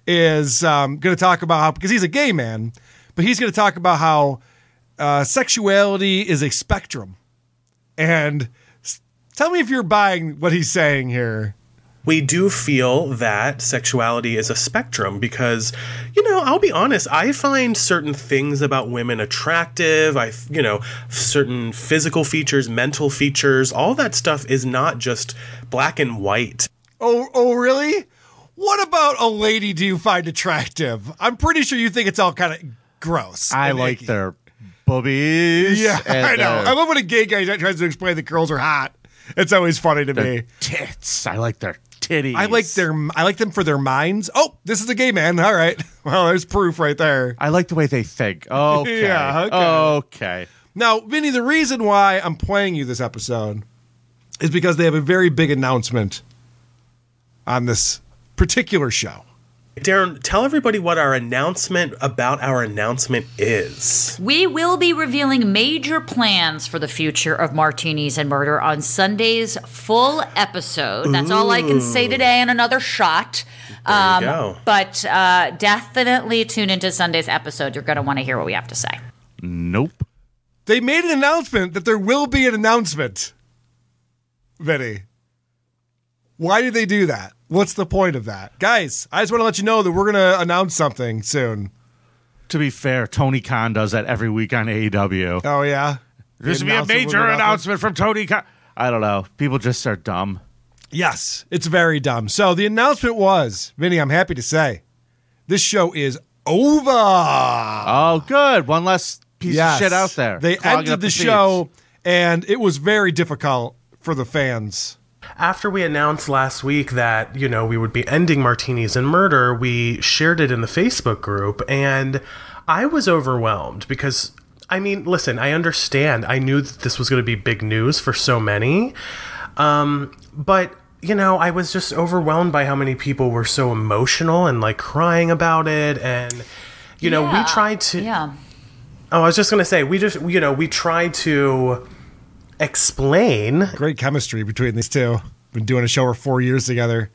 Speaker 8: is um, going to talk about how because he's a gay man, but he's going to talk about how uh, sexuality is a spectrum. And s- tell me if you're buying what he's saying here.
Speaker 15: we do feel that sexuality is a spectrum because you know i'll be honest i find certain things about women attractive i f- you know certain physical features mental features all that stuff is not just black and white
Speaker 8: Oh, oh, really? What about a lady? Do you find attractive? I'm pretty sure you think it's all kind of gross.
Speaker 5: I
Speaker 8: and
Speaker 5: like
Speaker 8: icky.
Speaker 5: their boobies.
Speaker 8: Yeah,
Speaker 5: and uh,
Speaker 8: I know.
Speaker 5: their
Speaker 8: I love when a gay guy tries to explain the girls are hot. It's always funny to
Speaker 5: Their
Speaker 8: me.
Speaker 5: Tits. I like their titties.
Speaker 8: I like their. I like them for their minds. Oh, this is a gay man. All right. Well, there's proof right there.
Speaker 5: I like the way they think. Okay.
Speaker 8: Yeah, okay.
Speaker 5: Okay.
Speaker 8: Now, Vinny, the reason why I'm playing you this episode is because they have a very big announcement on this particular show.
Speaker 15: darren tell everybody what our announcement about our announcement is
Speaker 14: We will be revealing major plans for the future of Martinis and Murder on Sunday's full episode. That's all I can say
Speaker 15: Ooh.
Speaker 14: today in another shot. Um,
Speaker 15: you go.
Speaker 14: But uh, definitely tune into Sunday's episode. You're going to want to hear what we have to say.
Speaker 5: Nope.
Speaker 8: They made an announcement that there will be an announcement. Vinny, why did they do that? What's the point of that, guys? I just want to let you know that we're going to announce something soon.
Speaker 5: To be fair, Tony Khan does that every week on AEW.
Speaker 8: Oh yeah.
Speaker 5: This
Speaker 8: The
Speaker 5: would be a
Speaker 8: announcement
Speaker 5: major
Speaker 8: without them?
Speaker 5: announcement from Tony Khan. I don't know. People just are dumb.
Speaker 8: Yes, it's very dumb. So the announcement was, Vinny, I'm happy to say, this show is over. Oh,
Speaker 5: good. One less piece of shit out there,
Speaker 8: They
Speaker 5: clogging
Speaker 8: ended
Speaker 5: up
Speaker 8: the,
Speaker 5: the
Speaker 8: show, and it was very difficult for the fans.
Speaker 15: After we announced last week that, you know, we would be ending Martinis and Murder, we shared it in the Facebook group and I was overwhelmed because I mean, listen, I understand. I knew that this was going to be big news for so many. Um, but you know, I was just overwhelmed by how many people were so emotional and like crying about it and you know, we tried to
Speaker 14: Yeah.
Speaker 15: Oh, I was just gonna say we just you know we try to explain.
Speaker 8: Great chemistry between these two. Been doing a show for four years together.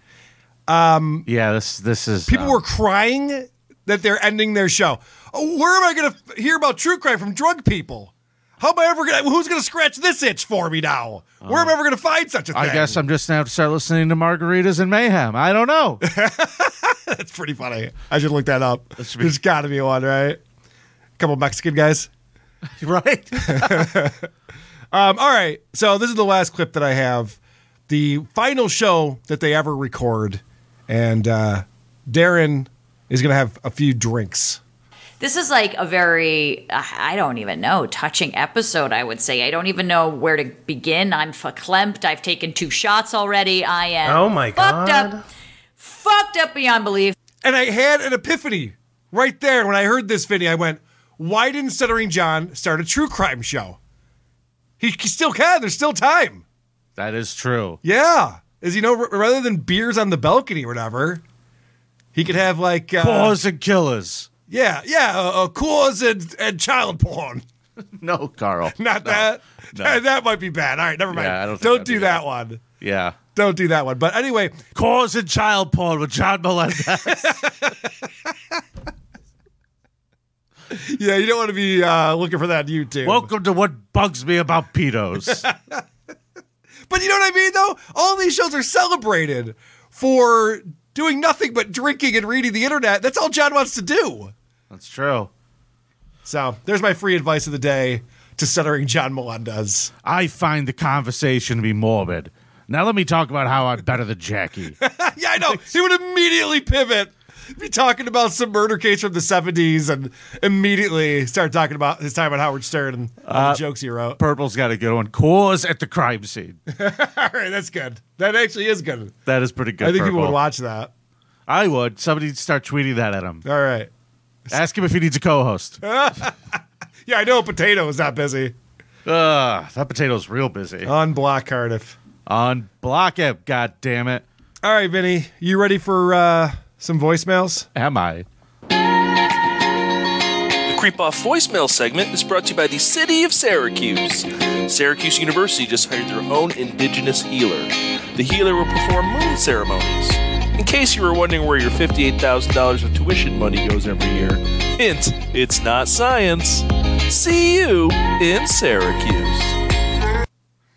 Speaker 8: Um,
Speaker 5: yeah, this this is
Speaker 8: people
Speaker 5: uh,
Speaker 8: were crying that they're ending their show. Oh, where am I going to hear about true crime from drug people? How am I ever going? to Who's going to scratch this itch for me now? Where am I ever going to find such a thing?
Speaker 5: Uh-huh. I guess I'm just gonna have to start listening to Margaritas and Mayhem. I don't know.
Speaker 8: That's pretty funny. I should look that up. There's got to be one, right? A couple Mexican guys,
Speaker 5: right?
Speaker 8: um, all right. So this is the last clip that I have. The final show that they ever record, and uh, Darren is going to have a few drinks.
Speaker 14: This is like a very, uh, I don't even know, touching episode, I would say. I don't even know where to begin. I'm verklempt. I've taken two shots already. I am
Speaker 15: Oh my
Speaker 14: fucked
Speaker 15: God.
Speaker 14: up. Fucked up beyond belief.
Speaker 8: And I had an epiphany right there when I heard this, Vinny. I went, why didn't Stuttering John start a true crime show? He c- still can. There's still time.
Speaker 5: That is true.
Speaker 8: Yeah. As you know, r- rather than beers on the balcony or whatever, he could have like. Uh,
Speaker 5: Whores and killers.
Speaker 8: Yeah, yeah. Uh, uh, cause and, and child porn.
Speaker 5: no, Carl.
Speaker 8: Not that.
Speaker 5: no.
Speaker 8: That might be bad. All right, never mind.
Speaker 5: Yeah, I don't think
Speaker 8: don't
Speaker 5: that'd
Speaker 8: do that one.
Speaker 5: Yeah.
Speaker 8: Don't do that one. But anyway,
Speaker 5: cause and child porn with John Melendez.
Speaker 8: yeah, you don't want to be uh, looking for that on YouTube.
Speaker 5: Welcome to what bugs me about pedos.
Speaker 8: But you know what I mean, though? All these shows are celebrated for doing nothing but drinking and reading the internet. That's all John wants to do.
Speaker 5: That's true.
Speaker 8: So there's my free advice of the day to stuttering John Melendez.
Speaker 5: I find the conversation to be morbid. Now let me talk about how I'm better than Jackie.
Speaker 8: yeah, I know. He would immediately pivot, be talking about some murder case from the 70s, and immediately start talking about his time on Howard Stern and all
Speaker 5: Uh,
Speaker 8: the jokes he wrote.
Speaker 5: Purple's got a good one. Cause at the crime scene.
Speaker 8: all right, that's good. That actually is good.
Speaker 5: That is pretty good.
Speaker 8: I think people would
Speaker 5: Purple.
Speaker 8: watch that.
Speaker 5: I would. Somebody start tweeting that at him.
Speaker 8: All right.
Speaker 5: Ask him if he needs a co-host.
Speaker 8: yeah, I know Potato is not busy.
Speaker 5: Ugh, that potato's real busy.
Speaker 8: Unblock Cardiff.
Speaker 5: Unblock him, god damn it.
Speaker 8: All right, Vinny, you ready for uh, some voicemails?
Speaker 5: Am I?
Speaker 13: The Creep Off voicemail segment is brought to you by the City of Syracuse. Syracuse University just hired their own indigenous healer. The healer will perform moon ceremonies. In case you were wondering where your $58,000 of tuition money goes every year, hint, it's not science. See you in Syracuse.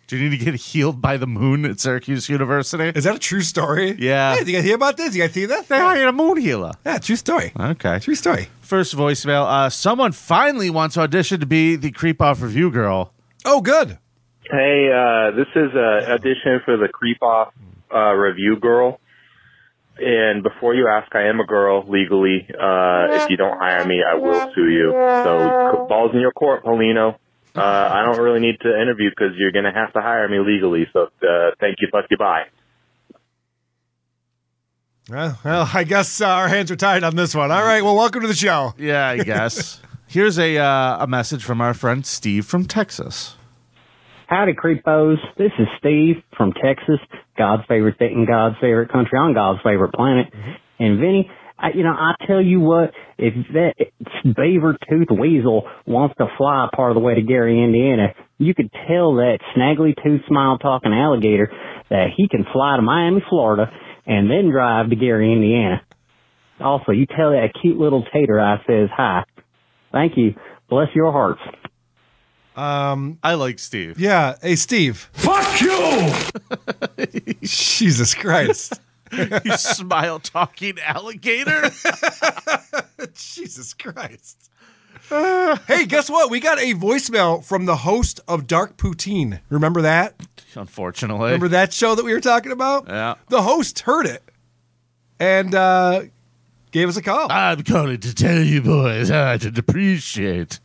Speaker 5: Do you need to get healed by the moon at Syracuse University?
Speaker 8: Is that a true story?
Speaker 5: Yeah.
Speaker 8: Hey, you guys hear about this? You guys see that?
Speaker 5: They hired a moon healer.
Speaker 8: Yeah, true story.
Speaker 5: Okay.
Speaker 8: True story.
Speaker 5: First voicemail. Uh, someone finally wants to audition to be the creep off review girl.
Speaker 8: Oh, good.
Speaker 16: Hey, uh, this is a audition for the Creep Off uh, Review Girl. And before you ask, I am a girl legally. Uh, if you don't hire me, I will sue you. So c- balls in your court, Polino. Uh, I don't really need to interview because you're going to have to hire me legally. So uh, thank you, fuck you, bye.
Speaker 8: Uh, well, I guess uh, our hands are tied on this one. All right. Well, welcome to the show.
Speaker 5: Yeah, I guess. Here's a uh, a message from our friend Steve from Texas.
Speaker 17: Howdy, creepos. This is Steve from Texas, God's favorite thing, God's favorite country on God's favorite planet. And Vinny, I, you know, I tell you what, if that beaver tooth weasel wants to fly part of the way to Gary, Indiana, you could tell that snaggly tooth smile talking alligator that he can fly to Miami, Florida, and then drive to Gary, Indiana. Also, you tell that cute little tater I says hi. Thank you. Bless your hearts.
Speaker 8: Um,
Speaker 5: I like Steve.
Speaker 8: Yeah. Hey, Steve. Fuck you. Jesus Christ.
Speaker 5: you smile talking alligator.
Speaker 8: Jesus Christ. hey, guess what? We got a voicemail from the host of Dark Poutine. Remember that?
Speaker 5: Unfortunately.
Speaker 8: Remember that show that we were talking about?
Speaker 5: Yeah.
Speaker 8: The host heard it and uh, gave us a call.
Speaker 5: I'm calling to tell you boys I did appreciate.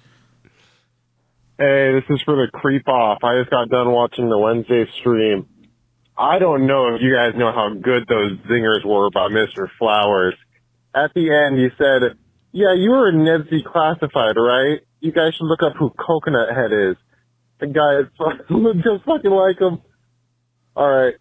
Speaker 18: Hey, this is for the creep off. I just got done watching the Wednesday stream. I don't know if you guys know how good those zingers were by Mr. Flowers. At the end, he said, yeah, you were in NEBC classified, right? You guys should look up who Coconut Head is. The guy is fu- looked just fucking like him. All right.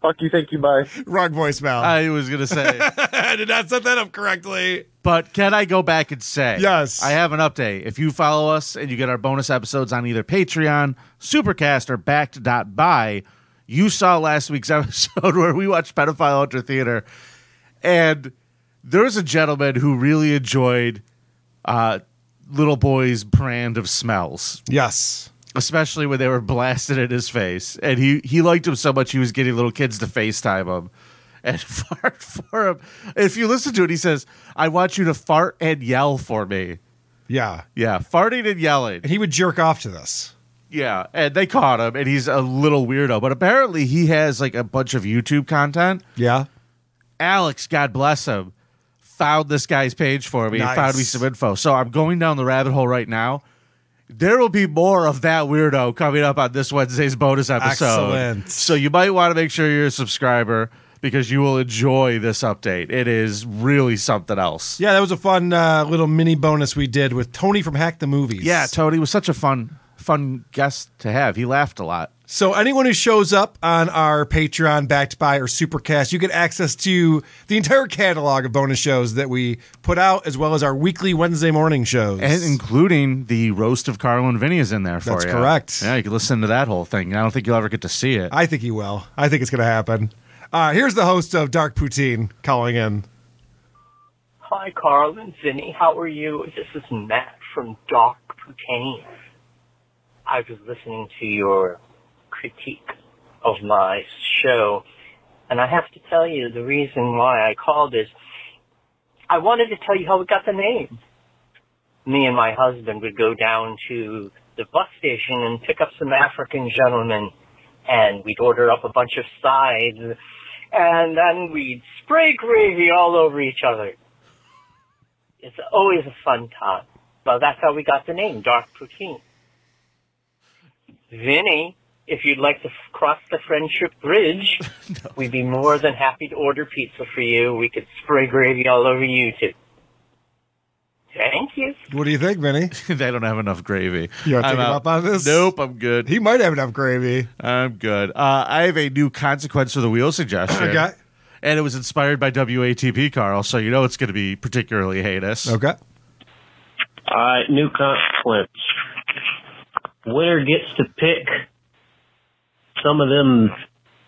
Speaker 18: Fuck you, thank you, bye.
Speaker 8: Wrong voicemail.
Speaker 5: I was going to say.
Speaker 8: I did not set that up correctly.
Speaker 5: But can I go back and say?
Speaker 8: Yes.
Speaker 5: I have an update. If you follow us and you get our bonus episodes on either Patreon, Supercast, or Backed.by, you saw last week's episode where we watched Pedophile Hunter Theater. And there was a gentleman who really enjoyed uh, Little Boy's brand of smells.
Speaker 8: Yes.
Speaker 5: Especially when they were blasted in his face. And he, he liked him so much he was getting little kids to FaceTime him. And fart for him. If you listen to it, he says, I want you to fart and yell for me.
Speaker 8: Yeah.
Speaker 5: Yeah, farting and yelling.
Speaker 8: He would jerk off to this.
Speaker 5: Yeah, and they caught him, and he's a little weirdo. But apparently, he has like a bunch of YouTube content.
Speaker 8: Yeah.
Speaker 5: Alex, God bless him, found this guy's page for me
Speaker 8: Nice.
Speaker 5: and found me some info. So I'm going down the rabbit hole right now. There will be more of that weirdo coming up on this Wednesday's bonus episode.
Speaker 8: Excellent.
Speaker 5: So you might want to make sure you're a subscriber because you will enjoy this update. It is really something else.
Speaker 8: Yeah, that was a fun uh, little mini bonus we did with Tony from Hack the Movies.
Speaker 5: Yeah, Tony was such a fun, fun guest to have. He laughed a lot.
Speaker 8: So anyone who shows up on our Patreon backed by or Supercast, you get access to the entire catalog of bonus shows that we put out, as well as our weekly Wednesday morning shows.
Speaker 5: And including the roast of Carlo and Vinny is in there for
Speaker 8: That's
Speaker 5: you.
Speaker 8: correct. Uh,
Speaker 5: Yeah, you can listen to that whole thing. I don't think you'll ever get to see it.
Speaker 8: I think he will. I think it's going to happen. Uh, here's the host of Dark Poutine calling in.
Speaker 19: Hi, Carl and Vinny. How are you? This is Matt from Dark Poutine. I was listening to your critique of my show, and I have to tell you the reason why I called is I wanted to tell you how we got the name. Me and my husband would go down to the bus station and pick up some African gentlemen, and we'd order up a bunch of sides, and then we'd spray gravy all over each other. It's always a fun time. Well, that's how we got the name, Dark Poutine. Vinny, if you'd like to f- cross the friendship bridge, we'd be more than happy to order pizza for you. We could spray gravy all over you too. Thank you.
Speaker 8: What do you think, Vinny?
Speaker 5: they don't have enough gravy.
Speaker 8: You want to
Speaker 5: I'm
Speaker 8: take him
Speaker 5: out.
Speaker 8: up on this?
Speaker 5: Nope, I'm good.
Speaker 8: He might have enough gravy.
Speaker 5: I'm good. Uh, I have a new consequence for the wheel suggestion.
Speaker 8: Okay.
Speaker 5: And it was inspired by WATP, Carl, so you know it's going to be particularly heinous.
Speaker 8: Okay.
Speaker 20: All right, new consequence. Winner gets to pick some of them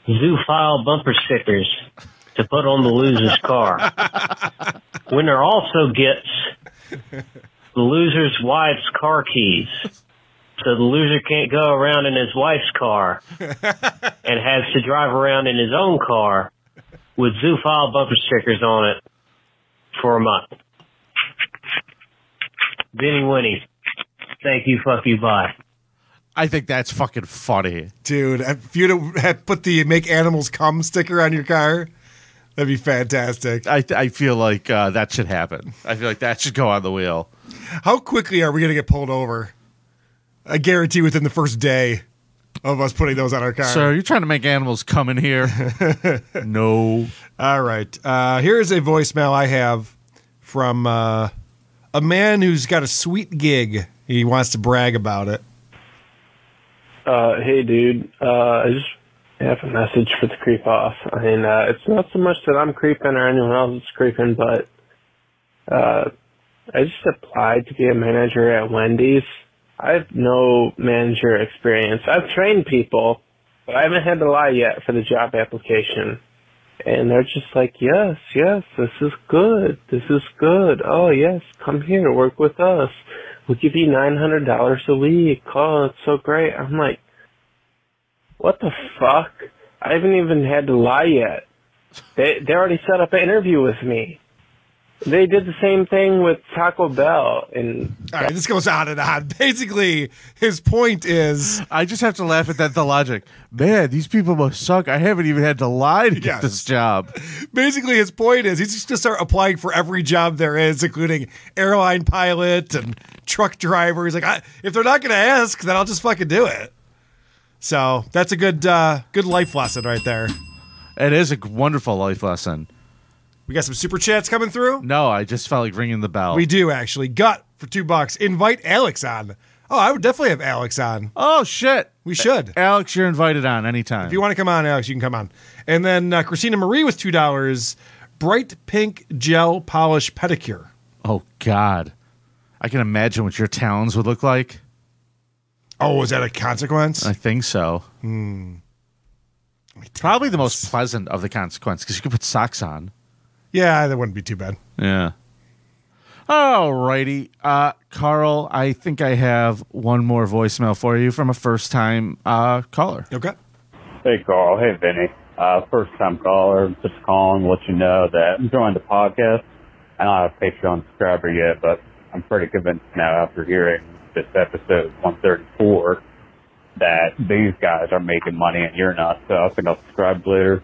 Speaker 20: zoophile bumper stickers to put on the loser's car. Winner also gets the loser's wife's car keys. So the loser can't go around in his wife's car and has to drive around in his own car with zoophile bumper stickers on it for a month. Vinny Winnie. Thank you, fuck you, bye.
Speaker 5: I think that's fucking funny.
Speaker 8: Dude, if you'd have put the make animals come sticker on your car, that'd be fantastic.
Speaker 5: I, I feel like uh, that should happen. I feel like that should go on the wheel.
Speaker 8: How quickly are we going to get pulled over? I guarantee within the first day of us putting those on our car.
Speaker 5: Sir, you're trying to make animals come in here. no.
Speaker 8: All right. Uh, here's a voicemail I have from uh, a man who's got a sweet gig. He wants to brag about it.
Speaker 20: Uh, hey, dude. Uh, I just have a message for the creep off. I mean, uh, it's not so much that I'm creeping or anyone else is creeping, but uh, I just applied to be a manager at Wendy's. I have no manager experience. I've trained people, but I haven't had to lie yet for the job application. And they're just like, yes, yes, this is good. This is good. Oh, yes, come here, work with us. We'll give you $900 a week. Oh, it's so great. I'm like, what the fuck? I haven't even had to lie yet. They, they already set up an interview with me. They did the same thing with Taco Bell, and
Speaker 8: All right, this goes on and on. Basically, his point is
Speaker 5: I just have to laugh at that. The logic, man, these people must suck. I haven't even had to lie to get
Speaker 8: Yes.
Speaker 5: this job.
Speaker 8: basically his point is he's just going to start applying for every job there is, including airline pilot and truck driver. He's like, I, if they're not going to ask, then I'll just fucking do it. So that's a good uh, good life lesson right there.
Speaker 5: It is a wonderful life lesson.
Speaker 8: We got some super chats coming through.
Speaker 5: No, I just felt like ringing the bell.
Speaker 8: We do actually. Gut for two bucks. Invite Alex on. Oh, I would definitely have Alex on.
Speaker 5: Oh shit,
Speaker 8: we should.
Speaker 5: Alex, you're invited on anytime.
Speaker 8: If you want to come on, Alex, you can come on. And then uh, Christina Marie with two dollars. Bright pink gel polish pedicure.
Speaker 5: Oh God, I can imagine what your towns would look like.
Speaker 8: Oh, is that a consequence? Hmm.
Speaker 5: I think so. Probably the most pleasant of the consequence because you could put socks on.
Speaker 8: Yeah, that wouldn't be too bad.
Speaker 5: Yeah. Alrighty, uh, Carl. I think I have one more voicemail for you from a first-time uh, caller.
Speaker 8: Okay.
Speaker 21: Hey, Carl. Hey, Vinny. Uh, first time caller. Just calling to let you know that I'm joining the podcast. I'm not a Patreon subscriber yet, but I'm pretty convinced now after hearing this episode 134 that these guys are making money and you're not. So I think I'll subscribe later.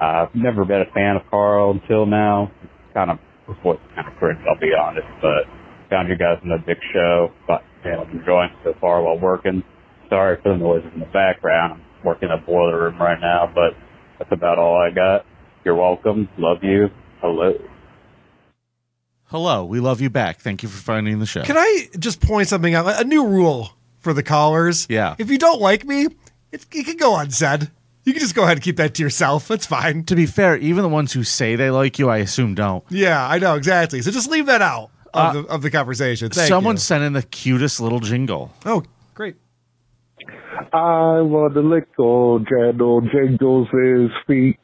Speaker 21: Uh, I've never been a fan of Carl until now. Kind of, his voice is kind of cringe, I'll be honest, but found you guys in a big show. But yeah, I'm enjoying it so far while working. Sorry for the noises in the background. I'm working in a boiler room right now, but that's about all I got. You're welcome. Love you. Hello.
Speaker 5: Hello, we love you back. Thank you for finding the show.
Speaker 8: Can I just point something out? A new rule for the callers.
Speaker 5: Yeah.
Speaker 8: If you don't like me, it, it can go unsaid. You can just go ahead and keep that to yourself. It's fine.
Speaker 5: To be fair, even the ones who say they like you, I assume don't.
Speaker 8: Yeah, I know exactly. So just leave that out of,
Speaker 5: Uh,
Speaker 8: the, of the conversation. Thank
Speaker 5: Someone
Speaker 8: you.
Speaker 5: sent in the cutest little jingle.
Speaker 8: Oh, great.
Speaker 22: I want to lick old General Jingles his feet.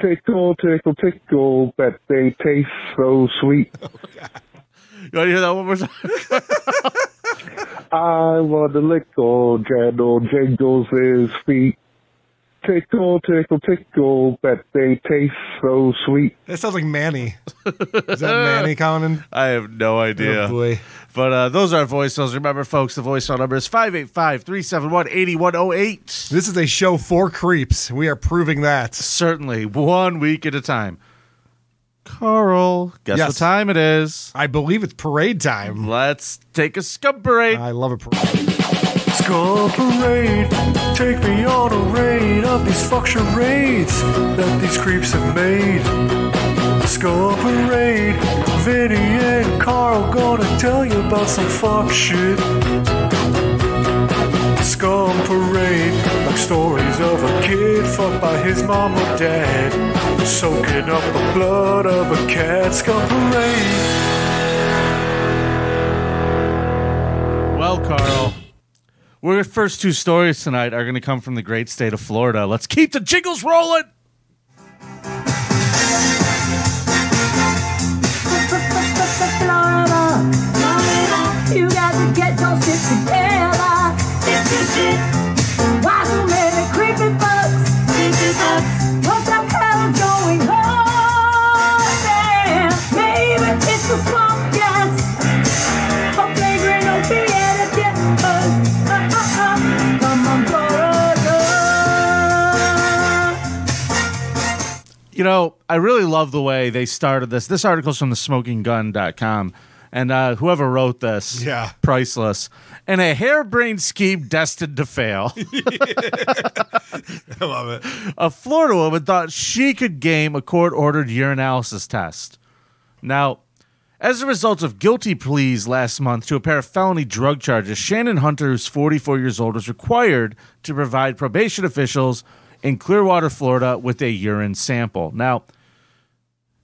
Speaker 22: Tickle, tickle, tickle, but they taste so sweet.
Speaker 5: You want to hear that one more time?
Speaker 22: I want to lick old General Jingles his feet. Tickle, tickle, tickle, but they taste so sweet.
Speaker 8: That sounds like Manny. Is that Manny Conan?
Speaker 5: Uh, I have no idea.
Speaker 8: Oh, boy.
Speaker 5: But uh, those are voicemails. Remember, folks, the voicemail number is 585 371 8108.
Speaker 8: This is a show for creeps. We are proving that.
Speaker 5: Certainly, one week at a time. Carl, guess
Speaker 8: Yes.
Speaker 5: what time it is?
Speaker 8: I believe it's parade time.
Speaker 5: Let's take a scum parade.
Speaker 8: I love a parade.
Speaker 23: Skull parade, take me on a raid of these fuck charades that these creeps have made. Skull parade, Vinny and Carl gonna tell you about some fuck shit. Scum parade, like stories of a kid fucked by his mom or dad, soaking up the blood of a cat. Scum parade.
Speaker 5: Well, Carl, our first two stories tonight are going to come from the great state of Florida. Let's keep the jingles rolling.
Speaker 1: Florida, Florida, you got to get your shit together. Fix your shit. Why so many creepy bugs? Creepy bugs. What the hell is going on there? Maybe it's a swamp gas. A flagrant opiate of get us. Uh, uh, uh. Come on, Florida.
Speaker 5: You know, I really love the way they started this. This article's from thesmokinggun.com. And uh, whoever wrote this,
Speaker 8: Yeah.
Speaker 5: priceless. And a harebrained scheme destined to fail.
Speaker 8: I love it.
Speaker 5: a Florida woman thought she could game a court ordered urinalysis test. Now, as a result of guilty pleas last month to a pair of felony drug charges, Shannon Hunter, who's 44 years old, was required to provide probation officials in Clearwater, Florida, with a urine sample. Now,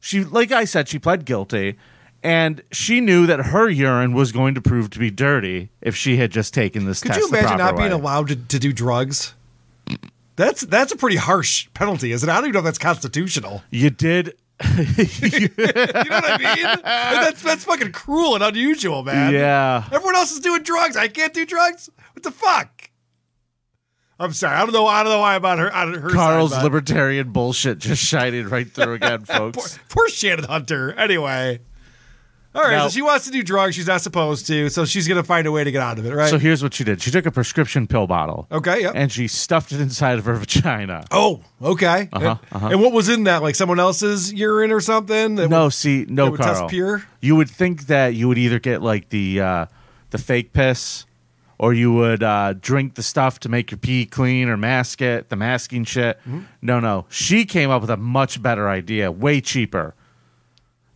Speaker 5: she, like I said, she pled guilty, and she knew that her urine was going to prove to be dirty if she had just taken this
Speaker 8: Could
Speaker 5: test.
Speaker 8: you
Speaker 5: the
Speaker 8: imagine
Speaker 5: proper
Speaker 8: not being
Speaker 5: way.
Speaker 8: allowed to, to do drugs? That's that's a pretty harsh penalty, isn't it? I don't even know if that's constitutional.
Speaker 5: You did.
Speaker 8: you know what I mean? Like, that's that's fucking cruel and unusual, man.
Speaker 5: Yeah.
Speaker 8: Everyone else is doing drugs. I can't do drugs. What the fuck? I'm sorry. I don't know. I don't know why about her. Out of her.
Speaker 5: Carl's
Speaker 8: side, but-
Speaker 5: libertarian bullshit just shining right through again, folks.
Speaker 8: Poor Shannon Hunter. Anyway. All right.
Speaker 5: Now-
Speaker 8: so she wants to do drugs. She's not supposed to. So she's gonna find a way to get out of it, right?
Speaker 5: So here's what she did. She took a prescription pill bottle
Speaker 8: okay. Yep.
Speaker 5: and she stuffed it inside of her vagina.
Speaker 8: oh. Okay.
Speaker 5: Uh-huh,
Speaker 8: And-
Speaker 5: uh-huh.
Speaker 8: And, what was in that? Like someone else's urine or something? That
Speaker 5: No,
Speaker 8: would-
Speaker 5: Oh, see, no,
Speaker 8: that would test
Speaker 5: Carl.
Speaker 8: pure?
Speaker 5: You would think that you would either get like the uh, the fake piss, or you would uh, drink the stuff to make your pee clean or mask it, the masking shit.
Speaker 8: Mm-hmm.
Speaker 5: No, no, she came up with a much better idea, way cheaper.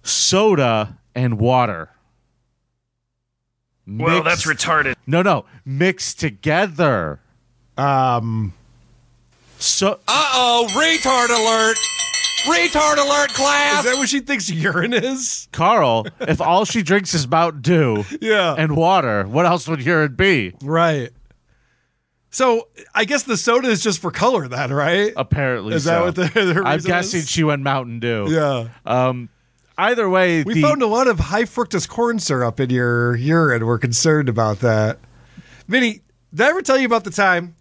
Speaker 5: Soda and water.
Speaker 2: Well, that's retarded.
Speaker 5: No, no, mixed together.
Speaker 8: Um.
Speaker 5: So
Speaker 10: Uh oh, retard alert! Retard alert, class!
Speaker 8: Is that what she thinks urine is?
Speaker 5: Carl, if all she drinks is Mountain Dew
Speaker 8: yeah.
Speaker 5: and water, what else would urine be?
Speaker 8: Right. So I guess the soda is just for color, then, right?
Speaker 5: Apparently,
Speaker 8: Is that
Speaker 5: so.
Speaker 8: what the, the
Speaker 5: I'm
Speaker 8: reason is?
Speaker 5: guessing she went Mountain Dew.
Speaker 8: Yeah.
Speaker 5: Um. Either way,
Speaker 8: We
Speaker 5: the,
Speaker 8: found a lot of high fructose corn syrup in your urine. We're concerned about that. Vinny, did I ever tell you about the time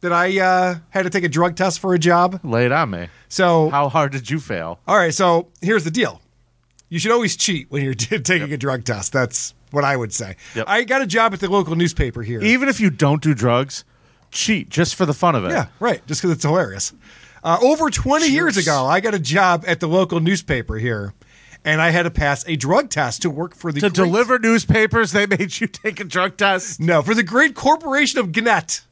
Speaker 8: that I uh, had to take a drug test for a job?
Speaker 5: lay it on me.
Speaker 8: So
Speaker 5: how hard did you fail?
Speaker 8: All right, so here's the deal. You should always cheat when you're taking a drug test. That's what I would say. I got a job at the local newspaper here.
Speaker 5: Even if you don't do drugs, cheat just for the fun of it.
Speaker 8: Yeah, right. Just because it's hilarious. Uh, over 20 years ago, I got a job at the local newspaper here, and I had to pass a drug test to work for the
Speaker 5: To deliver newspapers. They made you take a drug test. Hmm.
Speaker 8: No, for the great corporation of Gannett.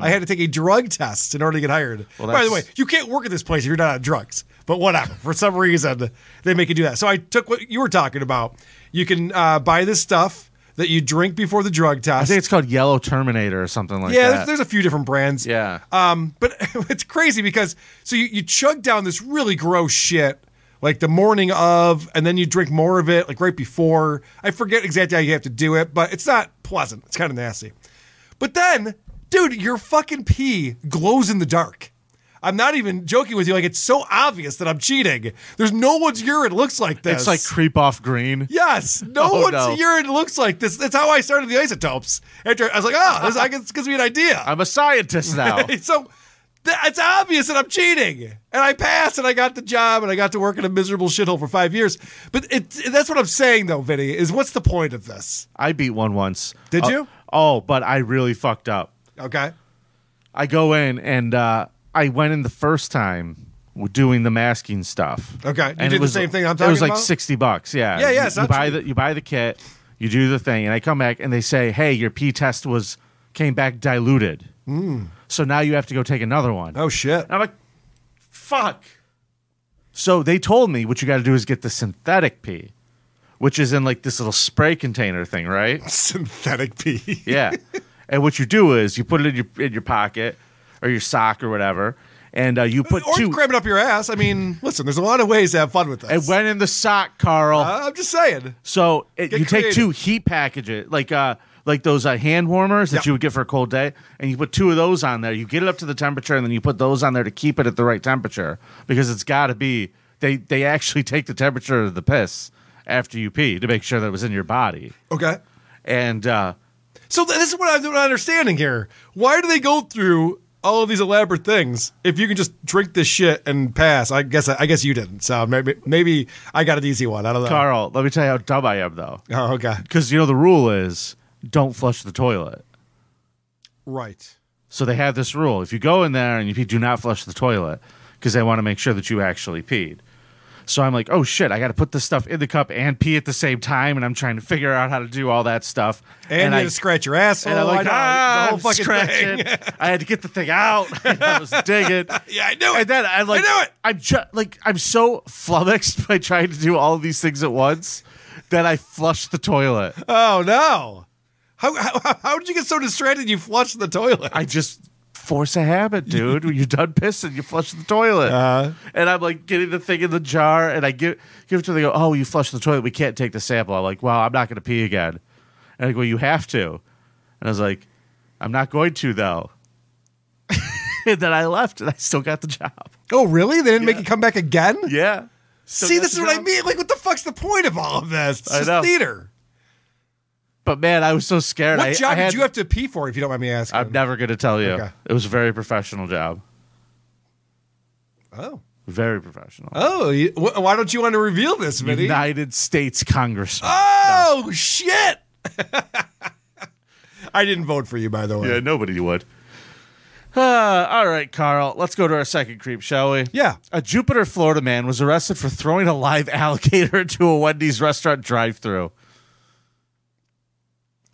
Speaker 8: I had to take a drug test in order to get hired.
Speaker 5: Well,
Speaker 8: By the way,
Speaker 5: that's-
Speaker 8: you can't work at this place if you're not on drugs. But whatever. For some reason, they make you do that. So I took what you were talking about. You can uh, buy this stuff that you drink before the drug test.
Speaker 5: I think it's called Yellow Terminator or something like
Speaker 8: yeah,
Speaker 5: that.
Speaker 8: There's, there's a few different brands.
Speaker 5: Yeah.
Speaker 8: Um, but it's crazy because so you, you chug down this really gross shit like the morning of, and then you drink more of it like right before. I forget exactly how you have to do it, but it's not pleasant. It's kind of nasty. But then, dude, your fucking pee glows in the dark. I'm not even joking with you. Like it's so obvious that I'm cheating. There's no one's urine looks like
Speaker 5: it's
Speaker 8: this.
Speaker 5: like creep off green.
Speaker 8: Yes, no
Speaker 5: Oh,
Speaker 8: one's
Speaker 5: no.
Speaker 8: urine looks like this. That's how I started the isotopes. After I was like, oh, this, I guess, this gives me an idea.
Speaker 5: I'm a scientist now.
Speaker 8: so th- it's obvious that I'm cheating, and I passed, and I got the job, and I got to work in a miserable shithole for five years. But it, that's what I'm saying, though, Vinny. Is what's the point of this?
Speaker 5: I beat one once.
Speaker 8: Did
Speaker 5: Uh,
Speaker 8: you?
Speaker 5: Oh, but I really fucked up.
Speaker 8: Okay.
Speaker 5: I go in and uh, I went in the first time w- doing the masking stuff.
Speaker 8: Okay. You
Speaker 5: And
Speaker 8: did
Speaker 5: it
Speaker 8: the
Speaker 5: was-
Speaker 8: same thing I'm
Speaker 5: It was
Speaker 8: talking
Speaker 5: like
Speaker 8: about?
Speaker 5: sixty bucks. Yeah.
Speaker 8: Yeah, yeah,
Speaker 5: You-
Speaker 8: it's
Speaker 5: You,
Speaker 8: not
Speaker 5: buy
Speaker 8: cheap.
Speaker 5: the you buy the kit, you do the thing, and I come back and they say, "Hey, your pee test was came back diluted,
Speaker 8: Mm.
Speaker 5: so now you have to go take another one."
Speaker 8: Oh shit!
Speaker 5: I'm like, fuck. So they told me what you got to do is get the synthetic pee, which is in like this little spray container thing, right?
Speaker 8: Synthetic pee.
Speaker 5: yeah. And what you do is you put it in your in your pocket or your sock or whatever, and uh, you put
Speaker 8: Or
Speaker 5: two.
Speaker 8: you grab it up your ass. I mean, listen, there's a lot of ways to have fun with this.
Speaker 5: It went in the sock, Carl.
Speaker 8: Uh, I'm just saying.
Speaker 5: So it,
Speaker 8: Get
Speaker 5: you take
Speaker 8: creative.
Speaker 5: two heat packages, like uh, like those uh, hand warmers that you would get for a cold day, and you put two of those on there. You get it up to the temperature, and then you put those on there to keep it at the right temperature because it's got to be. They they actually take the temperature of the piss after you pee to make sure that it was in your body.
Speaker 8: Okay.
Speaker 5: And uh,
Speaker 8: So th- this is what I'm not understanding here. Why do they go through all of these elaborate things if you can just drink this shit and pass? I guess I guess you didn't. So maybe maybe I got an easy one. I don't know.
Speaker 5: Carl, let me tell you how dumb I am though.
Speaker 8: Oh, okay.
Speaker 5: Because you know the rule is don't flush the toilet.
Speaker 8: Right.
Speaker 5: So they have this rule: if you go in there and you pee, do not flush the toilet because they want to make sure that you actually peed. So I'm like, oh shit, I got to put this stuff in the cup and pee at the same time, and I'm trying to figure out how to do all that stuff.
Speaker 8: And, you
Speaker 5: I
Speaker 8: had to scratch your asshole.
Speaker 5: and I'm
Speaker 8: I
Speaker 5: like,
Speaker 8: know,
Speaker 5: ah,
Speaker 8: the
Speaker 5: I'm scratching. I had to get the thing out. I was digging.
Speaker 8: yeah, I knew
Speaker 5: it. And then I like,
Speaker 8: I knew it.
Speaker 5: I'm just like, I'm so flummoxed by trying to do all of these things at once that I flushed the toilet.
Speaker 8: Oh no! How, how how did you get so distracted? You flushed the toilet.
Speaker 5: I just force a habit, dude. when you're done pissing, you flush the toilet.
Speaker 8: Uh-huh.
Speaker 5: And I'm like getting the thing in the jar, and I give give it to them. They go, "Oh, you flushed the toilet. We can't take the sample." I'm like, "Well, I'm not going to pee again." And I go, "You have to." And I was like, "I'm not going to though." and then I left, and I still got the job.
Speaker 8: Oh really? They didn't make you come back again?
Speaker 5: Yeah.
Speaker 8: See,
Speaker 5: got
Speaker 8: this
Speaker 5: the
Speaker 8: is what I
Speaker 5: job.
Speaker 8: mean. Like, what the fuck's the point of all of this? It's
Speaker 5: I
Speaker 8: just
Speaker 5: know.
Speaker 8: theater.
Speaker 5: But man, I was so scared.
Speaker 8: What
Speaker 5: I,
Speaker 8: job
Speaker 5: I had,
Speaker 8: did you have to pee for, if you don't mind me asking?
Speaker 5: I'm never going to tell you.
Speaker 8: Okay.
Speaker 5: It was a very professional job.
Speaker 8: Oh.
Speaker 5: Very professional.
Speaker 8: Oh, you, wh- why don't you want to reveal this, Vinny?
Speaker 5: United States Congressman.
Speaker 8: Oh, shit! I didn't vote for you, by the way.
Speaker 5: Yeah, nobody would. Uh, all right, Carl. Let's go to our second creep, shall we?
Speaker 8: Ah! Yeah.
Speaker 5: A Jupiter, Florida man was arrested for throwing a live alligator into a Wendy's restaurant drive-through.